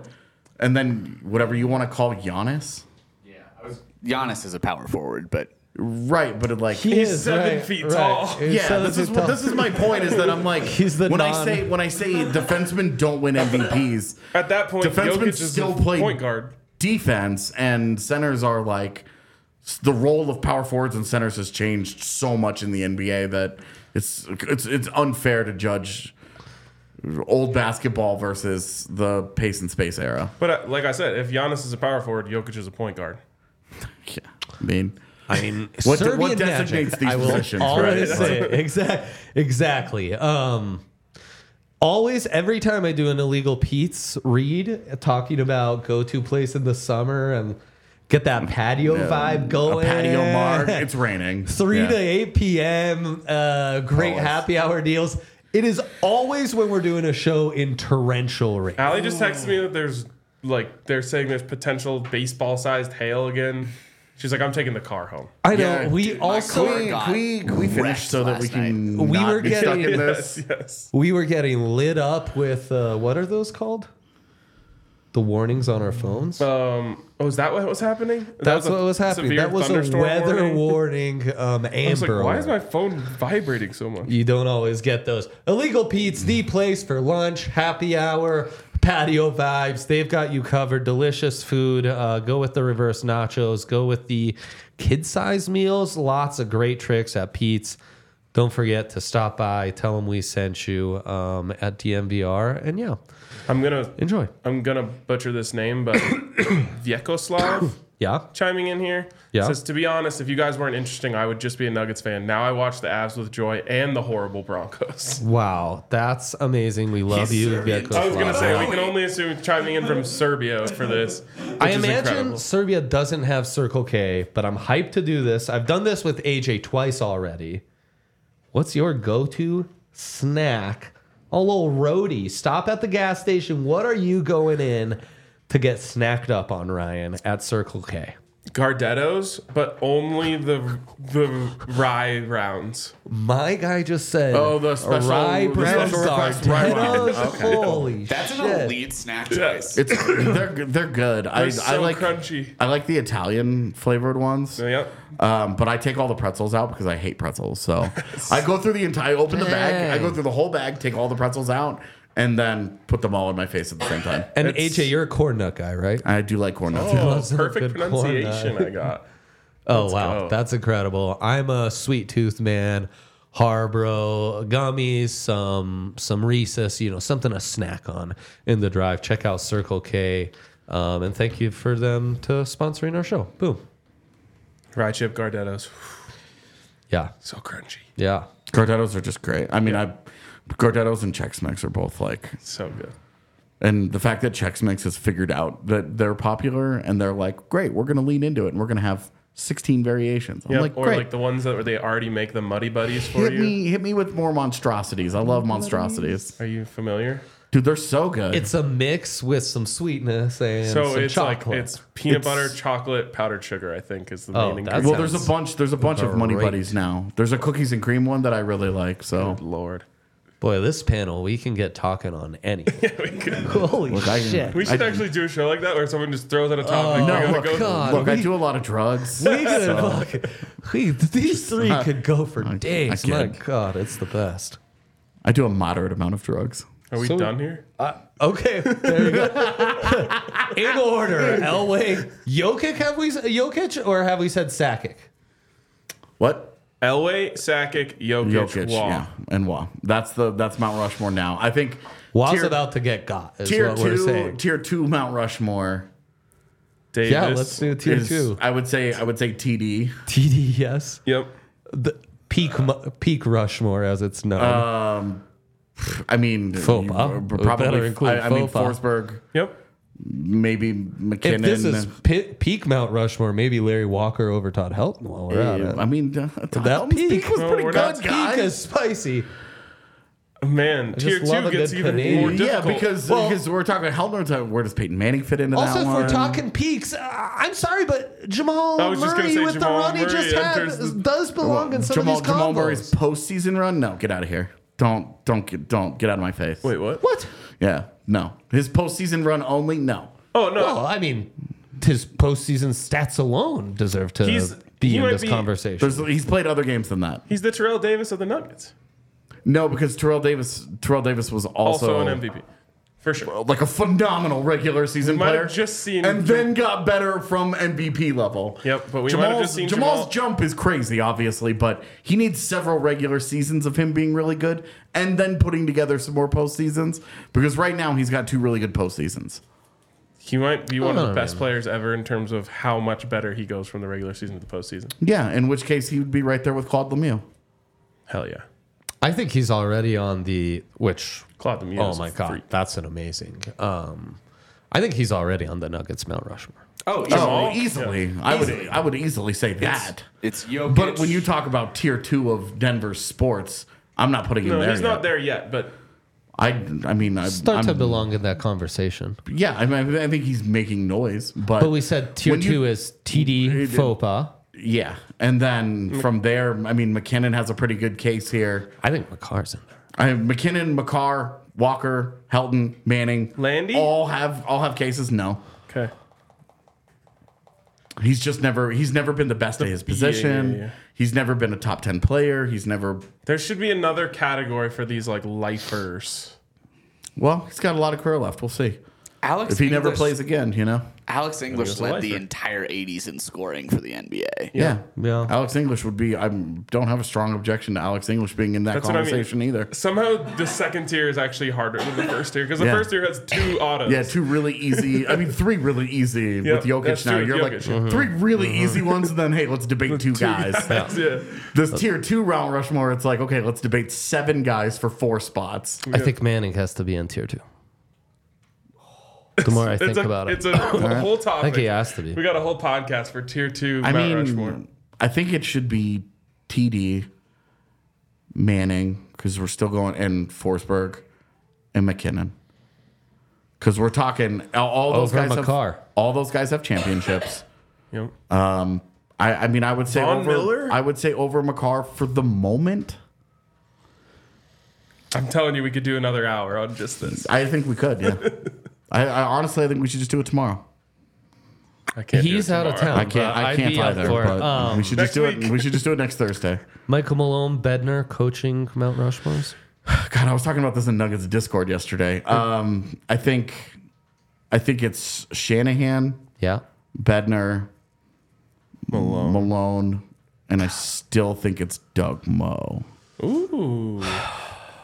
Speaker 3: and then whatever you want to call Giannis,
Speaker 4: Giannis is a power forward, but
Speaker 3: right? But it, like
Speaker 1: He
Speaker 2: He's
Speaker 1: is,
Speaker 2: seven
Speaker 1: right,
Speaker 2: feet
Speaker 1: right.
Speaker 2: tall.
Speaker 1: He's
Speaker 3: Yeah,
Speaker 1: seven
Speaker 3: this is
Speaker 1: feet
Speaker 3: what,
Speaker 1: tall.
Speaker 3: this is my point. Is that I'm like
Speaker 1: *laughs* He's the
Speaker 3: when I
Speaker 1: non-
Speaker 3: say when I say defensemen don't win MVPs.
Speaker 2: At that point,
Speaker 3: Defensemen
Speaker 2: Jokic is
Speaker 3: still
Speaker 2: the
Speaker 3: play-
Speaker 2: point guard.
Speaker 3: defense and centers are like the role of power forwards and centers has changed so much in the NBA that it's it's it's unfair to judge old basketball versus the pace and space era.
Speaker 2: But uh, like I said, if Giannis is a power forward, Jokic is a point guard.
Speaker 3: Yeah, I mean,
Speaker 1: I mean,
Speaker 3: *laughs* What de-
Speaker 1: Serbian
Speaker 3: what
Speaker 1: Magic,
Speaker 3: designates these
Speaker 1: I will
Speaker 3: positions,
Speaker 1: Always
Speaker 3: right?
Speaker 1: say exact, exactly. Um, always, every time I do an illegal Pete's read, talking about go to place in the summer and get that patio vibe
Speaker 3: a
Speaker 1: going. *laughs*
Speaker 3: patio mark. It's raining.
Speaker 1: Oh, Three
Speaker 3: Yeah.
Speaker 1: to eight p.m. Uh, great
Speaker 3: Always.
Speaker 1: happy hour deals. It is always when we're doing a show in torrential
Speaker 3: Uh,
Speaker 1: rain.
Speaker 2: Allie just texted me that there's like they're saying there's potential baseball sized hail again. She's like, I'm taking the car home.
Speaker 1: I know.
Speaker 3: Yeah,
Speaker 1: we
Speaker 4: dude, my
Speaker 1: also
Speaker 4: car got-
Speaker 3: Can we, can we finish
Speaker 4: Wrecked
Speaker 3: so that we
Speaker 4: last
Speaker 3: can
Speaker 1: We
Speaker 3: not
Speaker 1: were
Speaker 3: be
Speaker 1: getting-
Speaker 3: stuck in this?
Speaker 2: Yes, yes.
Speaker 1: we were getting lit up with uh, what are those called? the warnings on our phones.
Speaker 2: Um, oh, is that what was happening?
Speaker 1: That's what was happening. That was a weather
Speaker 2: war. *laughs*
Speaker 1: warning, um,
Speaker 2: I was like,
Speaker 1: amber.
Speaker 2: why is
Speaker 1: alert.
Speaker 2: my phone vibrating so much?
Speaker 1: You don't always get those. Illegal Pete's the place for lunch, happy hour, patio vibes. They've got you covered. Delicious food. Uh, go with the reverse nachos. Go with the kid size meals. Lots of great tricks at Pete's. Don't forget to stop by. Tell them we sent you um, at DMVR. And yeah,
Speaker 2: I'm gonna
Speaker 1: enjoy.
Speaker 2: I'm gonna butcher this
Speaker 1: *coughs*
Speaker 2: name, but Vyekoslav
Speaker 1: Yeah.
Speaker 2: chiming in here.
Speaker 1: Yeah.
Speaker 2: Says to be honest, if you guys weren't interesting, I would just be a Nuggets fan. Now I watch the Avs with joy and the horrible Broncos.
Speaker 1: Wow. That's amazing. We love
Speaker 4: He's
Speaker 1: you.
Speaker 4: Serbian.
Speaker 1: Vjekoslav.
Speaker 2: I was gonna say we can only assume chiming in from Serbia for this. which
Speaker 1: I
Speaker 2: is
Speaker 1: imagine
Speaker 2: incredible.
Speaker 1: Serbia doesn't have Circle K, but I'm hyped to do this. I've done this with AJ twice already. What's your go to snack? A little roadie. Stop at the gas station. What are you going in to get snacked up on, Ryan, at Circle K?
Speaker 2: Gardettos, but only the the rye rounds.
Speaker 1: My guy just said,
Speaker 2: Oh, the special-
Speaker 1: rye
Speaker 2: the
Speaker 1: bread
Speaker 2: special request rye wine.
Speaker 1: Gardettos. Holy
Speaker 4: That's
Speaker 1: shit.
Speaker 4: an elite snack choice.
Speaker 3: It's they're they're good. I,
Speaker 2: They're so
Speaker 3: I like
Speaker 2: crunchy.
Speaker 3: I like the Italian flavored ones.
Speaker 2: Oh, Yep.
Speaker 3: Um, but I take all the pretzels out because I hate pretzels. So I go through the entire, I open the bag, I go through the whole bag, take all the pretzels out, and then put them all in my face at the same time.
Speaker 1: And AJ, you're a corn nut guy, right?
Speaker 3: I do like corn nuts.
Speaker 2: Oh,
Speaker 1: Those are
Speaker 2: perfect
Speaker 1: good corn nuts.
Speaker 2: pronunciation I got.
Speaker 1: Oh wow,
Speaker 2: go.
Speaker 1: that's incredible! I'm a sweet tooth man. Harbro gummies, some some Reese's, you know, something to snack on in the drive. Check out Circle K, um, and thank you for them to sponsoring our show. Boom.
Speaker 2: Rye chip Gardettos, *sighs*
Speaker 1: Yeah,
Speaker 2: so crunchy,
Speaker 1: yeah.
Speaker 3: Gardettos are just great. I mean, I Gardettos and Chex Mix are both like,
Speaker 2: so good.
Speaker 3: and the fact that Chex Mix has figured out that they're popular and they're like, great, we're going to lean into it and we're going to have 16 variations. I'm
Speaker 2: Yep,
Speaker 3: like,
Speaker 2: or
Speaker 3: great.
Speaker 2: like the ones that where they already make the muddy buddies for
Speaker 3: hit
Speaker 2: you.
Speaker 3: me, hit me with more monstrosities. I love monstrosities,
Speaker 2: Are you familiar?
Speaker 3: dude. They're so good.
Speaker 1: It's a mix with some sweetness and
Speaker 2: So
Speaker 1: some
Speaker 2: it's
Speaker 1: chocolate.
Speaker 2: like it's peanut
Speaker 3: It's-
Speaker 2: butter, chocolate, powdered sugar. I think is the
Speaker 1: Oh,
Speaker 2: main
Speaker 1: that's-
Speaker 2: ingredient.
Speaker 3: well, there's a
Speaker 1: sounds
Speaker 3: bunch. There's a bunch of money
Speaker 1: great.
Speaker 3: buddies now. There's a cookies and cream one that I really like. So
Speaker 2: Lord,
Speaker 1: boy, this panel we can get talking on
Speaker 2: *laughs*
Speaker 1: anything. *laughs* Holy
Speaker 3: I-
Speaker 1: shit!
Speaker 2: we should
Speaker 3: I-
Speaker 2: actually do a show like that where someone just throws out a
Speaker 1: Oh,
Speaker 2: topic.
Speaker 3: no,
Speaker 2: Oh, we gotta
Speaker 3: look,
Speaker 2: go-
Speaker 1: God,
Speaker 3: look, I
Speaker 1: we-
Speaker 3: do a lot of
Speaker 1: *laughs*
Speaker 3: drugs.
Speaker 1: We
Speaker 2: *laughs*
Speaker 1: could fuck- we- these three could go for days.
Speaker 3: I
Speaker 1: My
Speaker 3: kid.
Speaker 1: God, it's the best.
Speaker 3: I do a moderate amount of drugs.
Speaker 2: Are we
Speaker 1: So-
Speaker 2: done here?
Speaker 1: Okay, there you go. *laughs* In order, Elway, Jokic. Have we Jokic or have we said Sakic?
Speaker 3: What?
Speaker 2: Elway, Sakic, Jokic,
Speaker 3: Jokic,
Speaker 2: Wall.
Speaker 3: yeah, and Wah. That's the that's Mount Rushmore now. I think
Speaker 1: Was
Speaker 3: tier,
Speaker 1: about to get got. Is
Speaker 3: tier
Speaker 1: what
Speaker 3: two,
Speaker 1: we're saying.
Speaker 3: tier two Mount Rushmore.
Speaker 2: Davis.
Speaker 1: Yeah, let's do tier *laughs*
Speaker 3: is-
Speaker 1: two.
Speaker 3: I would say I would say TD.
Speaker 1: TD, yes.
Speaker 2: Yep.
Speaker 1: E The peak mu- peak Rushmore, as it's known.
Speaker 2: Uh,
Speaker 3: I mean,
Speaker 1: Fopa.
Speaker 3: you-
Speaker 1: We
Speaker 3: probably.
Speaker 1: better include
Speaker 3: I, I mean,
Speaker 1: Fopa.
Speaker 3: Forsberg,
Speaker 2: Yep.
Speaker 3: maybe
Speaker 1: if
Speaker 3: McKinnon.
Speaker 1: this is pi- peak Mount Rushmore, maybe Larry Walker over Todd Helton while we're at it.
Speaker 3: I mean, uh,
Speaker 1: That peak, Oh,
Speaker 3: was
Speaker 2: No,
Speaker 3: pretty
Speaker 2: we're
Speaker 3: good,
Speaker 2: not-
Speaker 3: guys.
Speaker 1: peak is spicy.
Speaker 2: Man, tier
Speaker 1: love
Speaker 2: two
Speaker 1: a
Speaker 2: gets
Speaker 1: good
Speaker 2: even
Speaker 1: Canadian.
Speaker 2: more
Speaker 1: Yeah,
Speaker 2: difficult.
Speaker 3: Yeah, because
Speaker 1: Well-
Speaker 3: because we're talking Helmer. Where does Peyton Manning fit into
Speaker 1: Also,
Speaker 3: that
Speaker 1: if
Speaker 3: one?
Speaker 1: we're talking peaks, uh, I'm sorry, but Jamal
Speaker 2: I was just gonna
Speaker 1: Murray
Speaker 2: say
Speaker 1: with
Speaker 2: Jamal
Speaker 1: the run he
Speaker 2: Murray
Speaker 1: just had
Speaker 2: enters the-
Speaker 1: does belong in some
Speaker 3: Jamal
Speaker 1: of these combos.
Speaker 3: Jamal Murray's postseason run. No, get out of here. Don't don't get don't get out of my face.
Speaker 2: Wait, what?
Speaker 1: What?
Speaker 3: Yeah, no. His postseason run only. No.
Speaker 2: Oh no.
Speaker 1: Well, I mean, his postseason stats alone deserve to
Speaker 2: He's-
Speaker 1: be
Speaker 2: he
Speaker 1: in
Speaker 2: might
Speaker 1: this
Speaker 2: be-
Speaker 1: conversation.
Speaker 3: There's, he's played other games than that.
Speaker 2: He's the Terrell Davis of the Nuggets.
Speaker 3: No, because Terrell Davis Terrell Davis was also,
Speaker 2: Also an MVP. For sure.
Speaker 3: like a phenomenal regular season
Speaker 2: might have
Speaker 3: player.
Speaker 2: just seen-
Speaker 3: and then got better from MVP level.
Speaker 2: Yep, but we might
Speaker 3: Jamal's,
Speaker 2: have just seen
Speaker 3: Jamal's
Speaker 2: Jamal-
Speaker 3: jump is crazy, obviously, but he needs several regular seasons of him being really good, and then putting together some more postseasons because right now he's got two really good postseasons.
Speaker 2: He might be one of
Speaker 1: Oh,
Speaker 2: the best
Speaker 1: man.
Speaker 2: players ever in terms of how much better he goes from the regular season to the postseason.
Speaker 3: Yeah, in which case he would be right there with Claude Lemieux.
Speaker 2: Hell yeah.
Speaker 1: I think he's already on the which.
Speaker 2: Claude Lemieux.
Speaker 1: Oh
Speaker 2: is a
Speaker 1: my god,
Speaker 2: freak.
Speaker 1: that's an amazing. Um, I think he's already on the Nuggets Mount Rushmore.
Speaker 4: oh,
Speaker 3: Oh,
Speaker 2: Jamal?
Speaker 3: easily. I would I would easily say that.
Speaker 4: It's Jokic.
Speaker 3: But when you talk about tier two of Denver sports, I'm not putting him
Speaker 2: No,
Speaker 3: there.
Speaker 2: he's
Speaker 3: yet.
Speaker 2: not there yet, but
Speaker 3: I I mean I
Speaker 1: Start
Speaker 3: I'm,
Speaker 1: to belong in that conversation.
Speaker 3: Yeah, I mean I think he's making noise, but,
Speaker 1: But we said tier
Speaker 3: When you-
Speaker 1: two is TD Fopa.
Speaker 3: Yeah, and then from there, I mean, McKinnon has a pretty good case here.
Speaker 1: I think McCarr's in there.
Speaker 3: I have McKinnon, McCarr, Walker, Helton, Manning,
Speaker 2: Landy?
Speaker 3: all have all have cases. No,
Speaker 2: Okay.
Speaker 3: he's just never he's never been the best at his position.
Speaker 2: yeah.
Speaker 3: He's never been a top ten player. He's never
Speaker 2: There should be another category for these like lifers.
Speaker 3: well. He's got a lot of career left. We'll see
Speaker 4: Alex
Speaker 3: if he never
Speaker 4: English-
Speaker 3: plays again. You know,
Speaker 4: Alex English
Speaker 2: was a
Speaker 4: led the
Speaker 2: lifer.
Speaker 4: entire 80s in scoring for the NBA.
Speaker 3: yeah.
Speaker 1: Yeah.
Speaker 3: Alex English would be. I don't have a strong objection to Alex English being in that
Speaker 2: That's what I mean.
Speaker 3: conversation either.
Speaker 2: Somehow the second tier is actually harder than the first tier because the
Speaker 3: Yeah.
Speaker 2: first tier has two autos.
Speaker 3: Yeah, two really easy. I mean, three really easy
Speaker 2: Yep,
Speaker 3: with Jokic
Speaker 2: that's
Speaker 3: now.
Speaker 2: true,
Speaker 3: You're like
Speaker 2: Jokic, yeah.
Speaker 3: three really easy ones, and then hey, let's debate two guys.
Speaker 2: yeah.
Speaker 3: This tier two round Rushmore, it's like okay, let's debate seven guys for four spots.
Speaker 1: I think Manning has to be in tier two. The more I think
Speaker 2: It's a,
Speaker 1: about it,
Speaker 2: it's a whole topic.
Speaker 1: I think he has to be.
Speaker 2: We got a whole podcast for tier two.
Speaker 3: I
Speaker 2: Mount
Speaker 3: mean,
Speaker 2: Rushmore.
Speaker 3: I think it should be TD, Manning, because we're still going, and Forsberg, and McKinnon. Because we're talking all, all those
Speaker 1: Over
Speaker 3: guys
Speaker 1: McCarr.
Speaker 3: have all those guys have championships.
Speaker 2: Yep.
Speaker 3: I, I mean, I would say
Speaker 2: Von
Speaker 3: over,
Speaker 2: Miller?
Speaker 3: I would say over McCarr for the moment.
Speaker 2: I'm telling you, we could do another hour on just this.
Speaker 3: I think we could. Yeah. I, I honestly, I think we should just do it tomorrow.
Speaker 2: I can't. do
Speaker 1: he's
Speaker 2: it
Speaker 1: out of
Speaker 2: tomorrow.
Speaker 1: town.
Speaker 3: I can't.
Speaker 1: but
Speaker 3: I
Speaker 1: I'd
Speaker 3: can't
Speaker 1: be up
Speaker 3: either.
Speaker 1: for it.
Speaker 3: But
Speaker 1: Um,
Speaker 3: we should
Speaker 2: next
Speaker 3: just do
Speaker 2: week.
Speaker 3: it. We should just do it next Thursday.
Speaker 1: Michael Malone, Bedner coaching Mount Rushmore's.
Speaker 3: *laughs* God, I was talking about this in Nuggets Discord yesterday. Um, I think, I think it's Shanahan,
Speaker 1: Yeah.
Speaker 3: Bedner, Malone, Malone, and I still think it's Doug Moe.
Speaker 2: Ooh.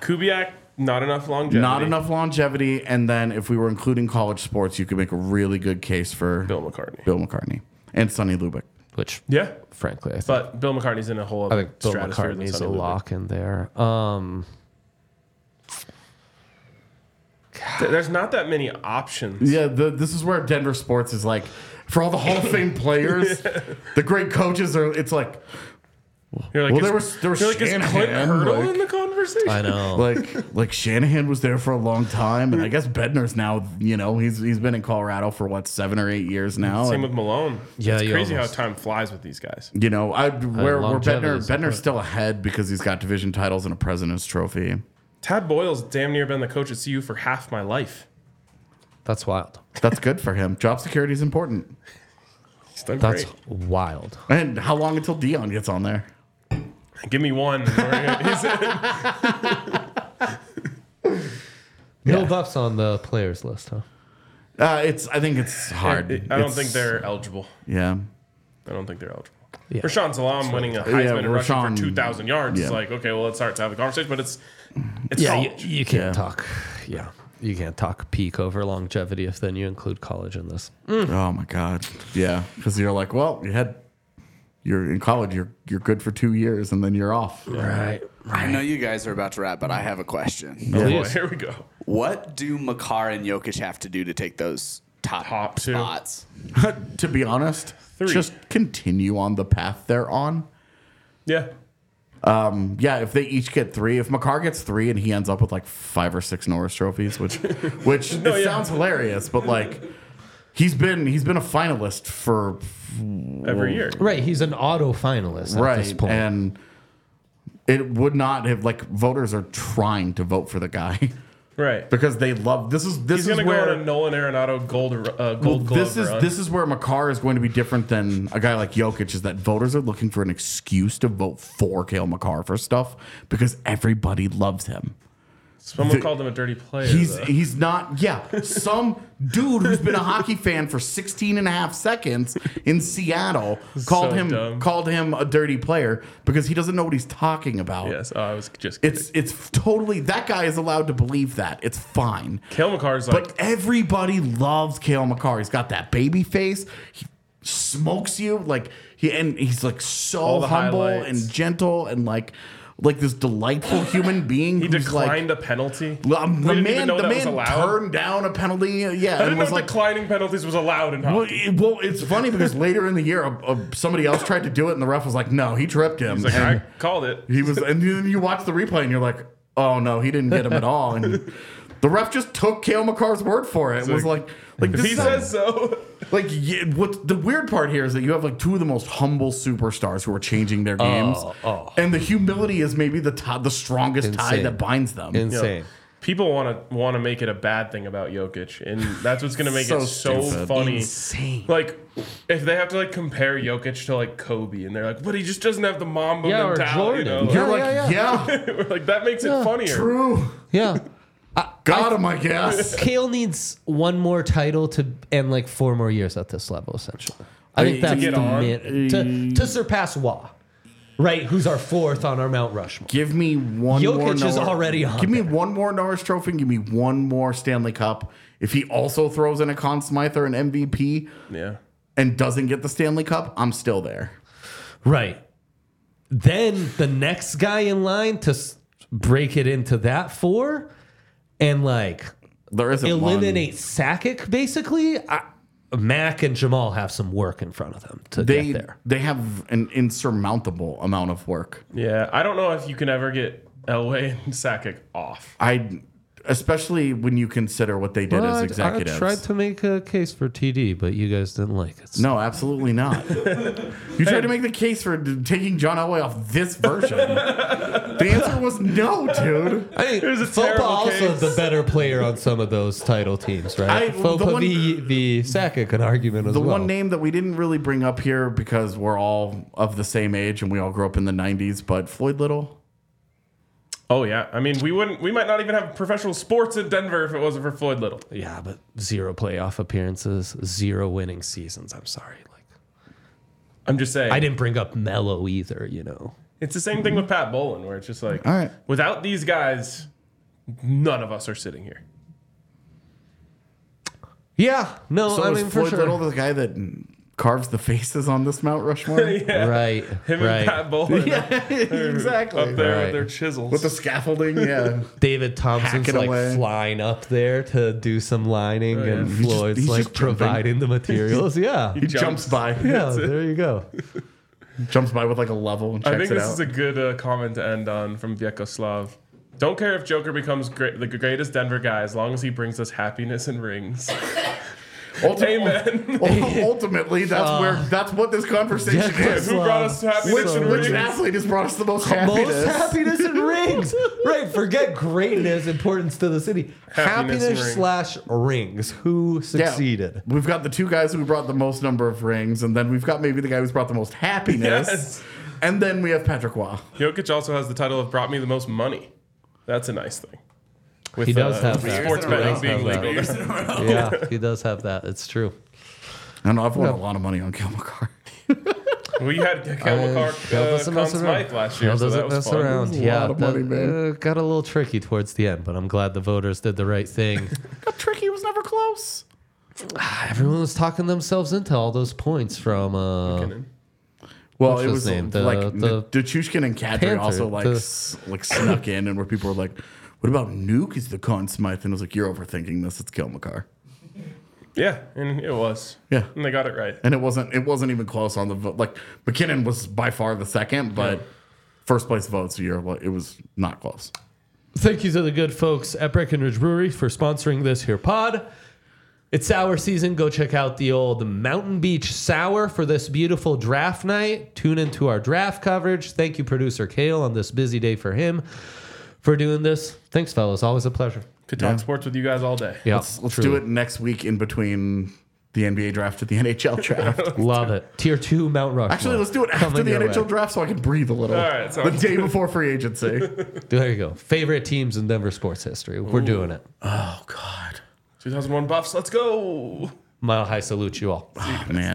Speaker 2: Kubiak, not enough longevity.
Speaker 3: Not enough longevity, and then if we were including college sports, you could make a really good case for
Speaker 2: Bill McCartney.
Speaker 3: Bill McCartney and Sonny Lubick.
Speaker 1: Which,
Speaker 2: Yeah,
Speaker 1: frankly, I think,
Speaker 2: but Bill McCartney's in a whole
Speaker 1: I
Speaker 2: other
Speaker 1: think Bill
Speaker 2: stratosphere than
Speaker 1: McCartney's a
Speaker 2: Sonny Lubick.
Speaker 1: lock in there. Um,
Speaker 2: Th- There's not that many options.
Speaker 3: Yeah, the, this is where Denver sports is like for all the Hall
Speaker 2: *laughs*
Speaker 3: of Fame players, the great coaches are. It's like
Speaker 2: You're like,
Speaker 3: Well,
Speaker 2: is-
Speaker 3: there was- there was
Speaker 2: you're like, is Clint
Speaker 3: Shanahan,
Speaker 2: Hurdle
Speaker 3: like-
Speaker 2: in the conversation?
Speaker 1: I *laughs* know.
Speaker 3: like like Shanahan was there for a long time, and I guess Bedner's now. You know, he's he's been in Colorado for what seven or eight years now.
Speaker 2: Same
Speaker 3: and,
Speaker 2: with Malone.
Speaker 1: Yeah,
Speaker 2: it's
Speaker 1: you
Speaker 2: crazy
Speaker 1: almost-
Speaker 2: how time flies with these guys.
Speaker 3: you know, I where where
Speaker 1: longevity
Speaker 3: Bedner
Speaker 1: is
Speaker 3: Bedner's still ahead because he's got division titles and a President's Trophy.
Speaker 2: Tad Boyle's damn near been the coach at CU for half my life.
Speaker 1: that's wild.
Speaker 3: That's good for him. Job security is important.
Speaker 2: He's done
Speaker 1: That's
Speaker 2: great.
Speaker 1: wild.
Speaker 3: And how long until Dion gets on there?
Speaker 2: Give me one. *laughs* We're gonna- he's-
Speaker 1: No buffs on the players list, huh?
Speaker 3: Uh, it's I think it's hard.
Speaker 2: I don't
Speaker 3: It's-
Speaker 2: think they're eligible.
Speaker 3: yeah.
Speaker 2: I don't think they're eligible.
Speaker 1: Yeah.
Speaker 2: Rashawn Salam winning a Heisman
Speaker 3: Yeah,
Speaker 2: and rushing
Speaker 3: Rashawn-
Speaker 2: for 2,000 yards. It's
Speaker 3: yeah.
Speaker 2: like, okay, well, let's start to have a conversation, but it's it's
Speaker 1: Oh, Yeah, you,
Speaker 2: college.
Speaker 1: you can't
Speaker 3: Yeah.
Speaker 1: talk. Yeah, you can't talk peak over longevity if then you include college in this.
Speaker 3: Oh my god. Yeah, because you're like, well, you had, you're in college, you're you're good for two years, and then you're off.
Speaker 1: Right.
Speaker 4: I know you guys are about to wrap, but I have a question.
Speaker 2: Oh, boy,
Speaker 1: Please.
Speaker 2: *laughs* here we go.
Speaker 4: What do Makar and Jokic have to do to take those top,
Speaker 2: Top two.
Speaker 4: spots?
Speaker 3: to be honest,
Speaker 2: Three.
Speaker 3: just continue on the path they're on.
Speaker 2: Yeah.
Speaker 3: Yeah, if they each get three, if McCarr gets three and he ends up with like five or six Norris trophies, *laughs* which which it
Speaker 2: yeah.
Speaker 3: sounds hilarious, but like he's been he's been a finalist for
Speaker 2: Every year.
Speaker 1: Right. He's an auto finalist at this
Speaker 3: right
Speaker 1: point.
Speaker 3: and it would not have like voters are trying to vote for the guy *laughs*
Speaker 2: Right.
Speaker 3: because they love this is this
Speaker 2: He's
Speaker 3: is
Speaker 2: going to go
Speaker 3: where
Speaker 2: on a Nolan Arenado gold, uh,
Speaker 3: Well,
Speaker 2: gold glove
Speaker 3: this is
Speaker 2: run.
Speaker 3: this is where Makar is going to be different than a guy like Jokic. Is that voters are looking for an excuse to vote for Kale Makar for stuff because everybody loves him.
Speaker 2: Someone
Speaker 3: the-
Speaker 2: called him a dirty player.
Speaker 3: He's
Speaker 2: though.
Speaker 3: he's not yeah some dude who's been a hockey fan for 16 and a half seconds in Seattle called
Speaker 2: So
Speaker 3: him
Speaker 2: dumb.
Speaker 3: called him a dirty player because he doesn't know what he's talking about.
Speaker 2: yes, oh, I was just kidding.
Speaker 3: It's it's totally that guy is allowed to believe that. It's fine.
Speaker 2: Kale McCarr's like,
Speaker 3: But everybody loves Kale McCarr. He's got that baby face. He smokes you like he and he's like so
Speaker 2: the
Speaker 3: humble
Speaker 2: highlights.
Speaker 3: and gentle and like like
Speaker 2: *laughs*
Speaker 3: this delightful human being.
Speaker 2: he declined a penalty.
Speaker 3: Like, um, the
Speaker 2: We didn't even
Speaker 3: man,
Speaker 2: know
Speaker 3: the
Speaker 2: that was
Speaker 3: man
Speaker 2: allowed.
Speaker 3: turned down
Speaker 2: *laughs*
Speaker 3: a penalty. uh, Yeah,
Speaker 2: I
Speaker 3: and
Speaker 2: didn't know
Speaker 3: was like.
Speaker 2: declining penalties was allowed in hockey.
Speaker 3: Well, it- well, it's funny because later in the year, a, a, somebody else tried to do it, and the ref was like, "No, he tripped him."
Speaker 2: He's like,
Speaker 3: and
Speaker 2: I called it.
Speaker 3: he was, and then you watch the replay, and you're like, "Oh no, he didn't get him at all." And The ref just took Kale McCarr's word for it. and was like, like
Speaker 2: If
Speaker 3: this
Speaker 2: he says so.
Speaker 3: like yeah, what the weird part here is that you have like two of the most humble superstars who are changing their games,
Speaker 1: oh.
Speaker 3: and the humility is maybe the tie, the strongest tie
Speaker 1: Insane.
Speaker 3: that binds them.
Speaker 1: Insane.
Speaker 2: People want to want to make it a bad thing about Jokic, and that's what's going to make
Speaker 3: So
Speaker 2: it so
Speaker 3: stupid.
Speaker 2: funny.
Speaker 1: Insane.
Speaker 2: Like, if they have to like compare Jokic to like Kobe, and they're like, "But he just doesn't have the Mamba
Speaker 1: Yeah, or
Speaker 2: mentality," you
Speaker 1: Jordan.
Speaker 2: know?
Speaker 3: You're
Speaker 1: Yeah,
Speaker 3: like,
Speaker 1: yeah,
Speaker 3: yeah,
Speaker 2: We're *laughs* like that makes it funnier.
Speaker 3: true.
Speaker 1: Yeah.
Speaker 3: Got him,
Speaker 1: *laughs*
Speaker 3: I guess.
Speaker 1: Kale needs one more title to and like four more years at this level, essentially. I think
Speaker 3: To
Speaker 1: that's
Speaker 2: get
Speaker 1: the
Speaker 2: on?
Speaker 1: min- to, to surpass Wah, right? Who's our fourth on our Mount Rushmore?
Speaker 3: Give me one
Speaker 1: Jokic
Speaker 3: more.
Speaker 1: is
Speaker 3: Norris-
Speaker 1: already on
Speaker 3: Give me one more Norris Trophy. And give me one more Stanley Cup. If he also throws in a Conn Smythe or an MVP
Speaker 2: Yeah.
Speaker 3: and doesn't get the Stanley Cup, I'm still there.
Speaker 1: Right. Then the next guy in line to s- break it into that four and like
Speaker 3: There isn't
Speaker 1: eliminate
Speaker 3: One.
Speaker 1: Sakic basically. I, Mac and Jamal have some work in front of them to
Speaker 3: They
Speaker 1: get there.
Speaker 3: they have an insurmountable amount of work.
Speaker 2: Yeah, I don't know if you can ever get Elway *laughs* and Sakic off.
Speaker 3: I, especially when you consider what they did as executives.
Speaker 1: to make a case for TD, but you guys didn't like it.
Speaker 3: no,
Speaker 1: *laughs*
Speaker 3: absolutely not. you tried to make the case for d- taking John Elway off this version. the answer was no, dude.
Speaker 1: I mean,
Speaker 2: was a
Speaker 1: Fopa
Speaker 2: terrible
Speaker 1: also
Speaker 2: case.
Speaker 1: the better player on some of those title teams, right?
Speaker 3: I-
Speaker 1: Fopa
Speaker 3: the one-
Speaker 1: v, v Sakic, an argument as
Speaker 3: The
Speaker 1: well.
Speaker 3: one name that we didn't really bring up here because we're all of the same age and we all grew up in the '90s, but Floyd Little.
Speaker 2: Oh yeah, I mean we wouldn't, we might not even have professional sports in Denver if it wasn't for Floyd Little.
Speaker 1: Yeah, but zero playoff appearances, zero winning seasons. I'm sorry. Like,
Speaker 2: I'm just saying.
Speaker 1: I didn't bring up Mello either, you know.
Speaker 2: It's the same thing with Pat Bolin, where it's just like,
Speaker 3: All right.
Speaker 2: without these guys, none of us are sitting here.
Speaker 1: Yeah, no,
Speaker 3: So
Speaker 1: I
Speaker 3: is
Speaker 1: mean, for
Speaker 3: Floyd
Speaker 1: sure.
Speaker 3: Little the guy that carves the faces on this Mount
Speaker 1: *laughs*
Speaker 3: Rushmore? *laughs*
Speaker 1: Right,
Speaker 2: Him and
Speaker 1: right. *laughs*
Speaker 2: Pat Bolin
Speaker 3: exactly.
Speaker 2: up there
Speaker 1: Right.
Speaker 2: with their chisels.
Speaker 3: With the scaffolding, yeah.
Speaker 1: David Thompson's
Speaker 3: Hacking
Speaker 1: like
Speaker 3: away.
Speaker 1: flying up there to do some lining, and
Speaker 3: just-
Speaker 1: Floyd's
Speaker 3: he's
Speaker 1: like
Speaker 3: just jumping.
Speaker 1: providing
Speaker 2: *laughs*
Speaker 1: the materials. Yeah,
Speaker 3: *laughs* He jumps,
Speaker 2: jumps.
Speaker 3: by.
Speaker 1: yeah. There you go.
Speaker 3: Jumps by with like a level and checks
Speaker 2: I think
Speaker 3: it
Speaker 2: this
Speaker 3: out.
Speaker 2: is a good uh, comment to end on from Vyacheslav. Don't care if Joker becomes great, the greatest Denver guy as long as he brings us happiness and
Speaker 3: *laughs*
Speaker 2: rings.
Speaker 3: Ultimately,
Speaker 2: Amen.
Speaker 3: *laughs* ultimately, that's where that's what this
Speaker 1: *laughs*
Speaker 3: conversation is.
Speaker 2: Who brought us happiness
Speaker 1: So-
Speaker 2: and
Speaker 3: Which
Speaker 2: rings?
Speaker 3: athlete has brought us the most happiness?
Speaker 1: Most happiness and
Speaker 2: *laughs*
Speaker 1: rings. Right. Forget greatness, importance to the city. Happiness,
Speaker 2: Happiness and rings.
Speaker 1: slash rings. Who
Speaker 3: Yeah.
Speaker 1: succeeded?
Speaker 3: We've got the two guys who brought the most number of rings, and then we've got maybe the guy who's brought the most happiness.
Speaker 2: Yes.
Speaker 3: And then we have Patrick Waugh.
Speaker 2: Jokic also has the title of brought me the most money. That's a nice thing. With,
Speaker 1: He does have that.
Speaker 2: sports
Speaker 4: He does
Speaker 2: betting
Speaker 4: have
Speaker 2: being
Speaker 1: that.
Speaker 2: legal.
Speaker 1: Yeah, he does have that. It's true.
Speaker 3: I don't know. I've won a lot of money on *laughs* Kilmacar.
Speaker 2: We
Speaker 1: *laughs*
Speaker 2: had Kyle McCarr,
Speaker 1: Cal
Speaker 2: uh,
Speaker 1: doesn't
Speaker 2: Conn
Speaker 1: mess around.
Speaker 2: Smythe last
Speaker 1: Cal
Speaker 2: year, so that
Speaker 1: doesn't
Speaker 2: was
Speaker 1: mess
Speaker 2: fun.
Speaker 1: around.
Speaker 3: This is a
Speaker 1: yeah,
Speaker 3: lot of money,
Speaker 1: that,
Speaker 3: man.
Speaker 1: uh, got a little tricky towards the end, but I'm glad the voters did the right
Speaker 2: *laughs*
Speaker 1: thing. Ah,
Speaker 3: Tricky was never close.
Speaker 1: Everyone was talking themselves into all those points from uh,
Speaker 3: Well,
Speaker 1: What's
Speaker 3: it
Speaker 1: his
Speaker 3: was
Speaker 1: name? The-
Speaker 3: like
Speaker 1: the-
Speaker 3: the, Chushkin and Kadri
Speaker 1: Panther,
Speaker 3: also like
Speaker 1: the-
Speaker 3: s- like snuck in, and where people were like, "What about Nuke? Is the Con Smythe?" And I was like, "You're overthinking this. It's Kilmacar."
Speaker 2: Yeah, and it was.
Speaker 3: Yeah.
Speaker 2: And they got it right.
Speaker 3: and it wasn't it wasn't even close on the vote. Like McKinnon was by far the second, but first place votes year well, it was not close.
Speaker 1: Oh, Thank you to the good folks at Breckenridge Brewery for sponsoring this here pod. It's sour season. Go check out the old Mountain Beach Sour for this beautiful draft night. Tune into our draft coverage. Thank you, producer Kale, on this busy day for him for doing this. Thanks, fellas. Always a pleasure.
Speaker 2: Could talk sports with you guys all day.
Speaker 1: Yeah,
Speaker 3: Let's, let's do it next week in between the NBA draft to the NHL
Speaker 1: *laughs*
Speaker 3: draft.
Speaker 1: Love it. Tier two, Mount Rushmore.
Speaker 3: Actually, let's do it
Speaker 1: Coming
Speaker 3: after the
Speaker 1: your
Speaker 3: NHL
Speaker 1: way.
Speaker 3: draft so I can breathe a little.
Speaker 2: All right,
Speaker 3: the
Speaker 2: sounds
Speaker 3: day before free
Speaker 1: *laughs*
Speaker 3: agency.
Speaker 1: There you go. Favorite teams in Denver sports history. We're doing it.
Speaker 3: oh God,
Speaker 2: 2001 Buffs, let's go.
Speaker 1: Mile high salute you all.
Speaker 3: Ah, man.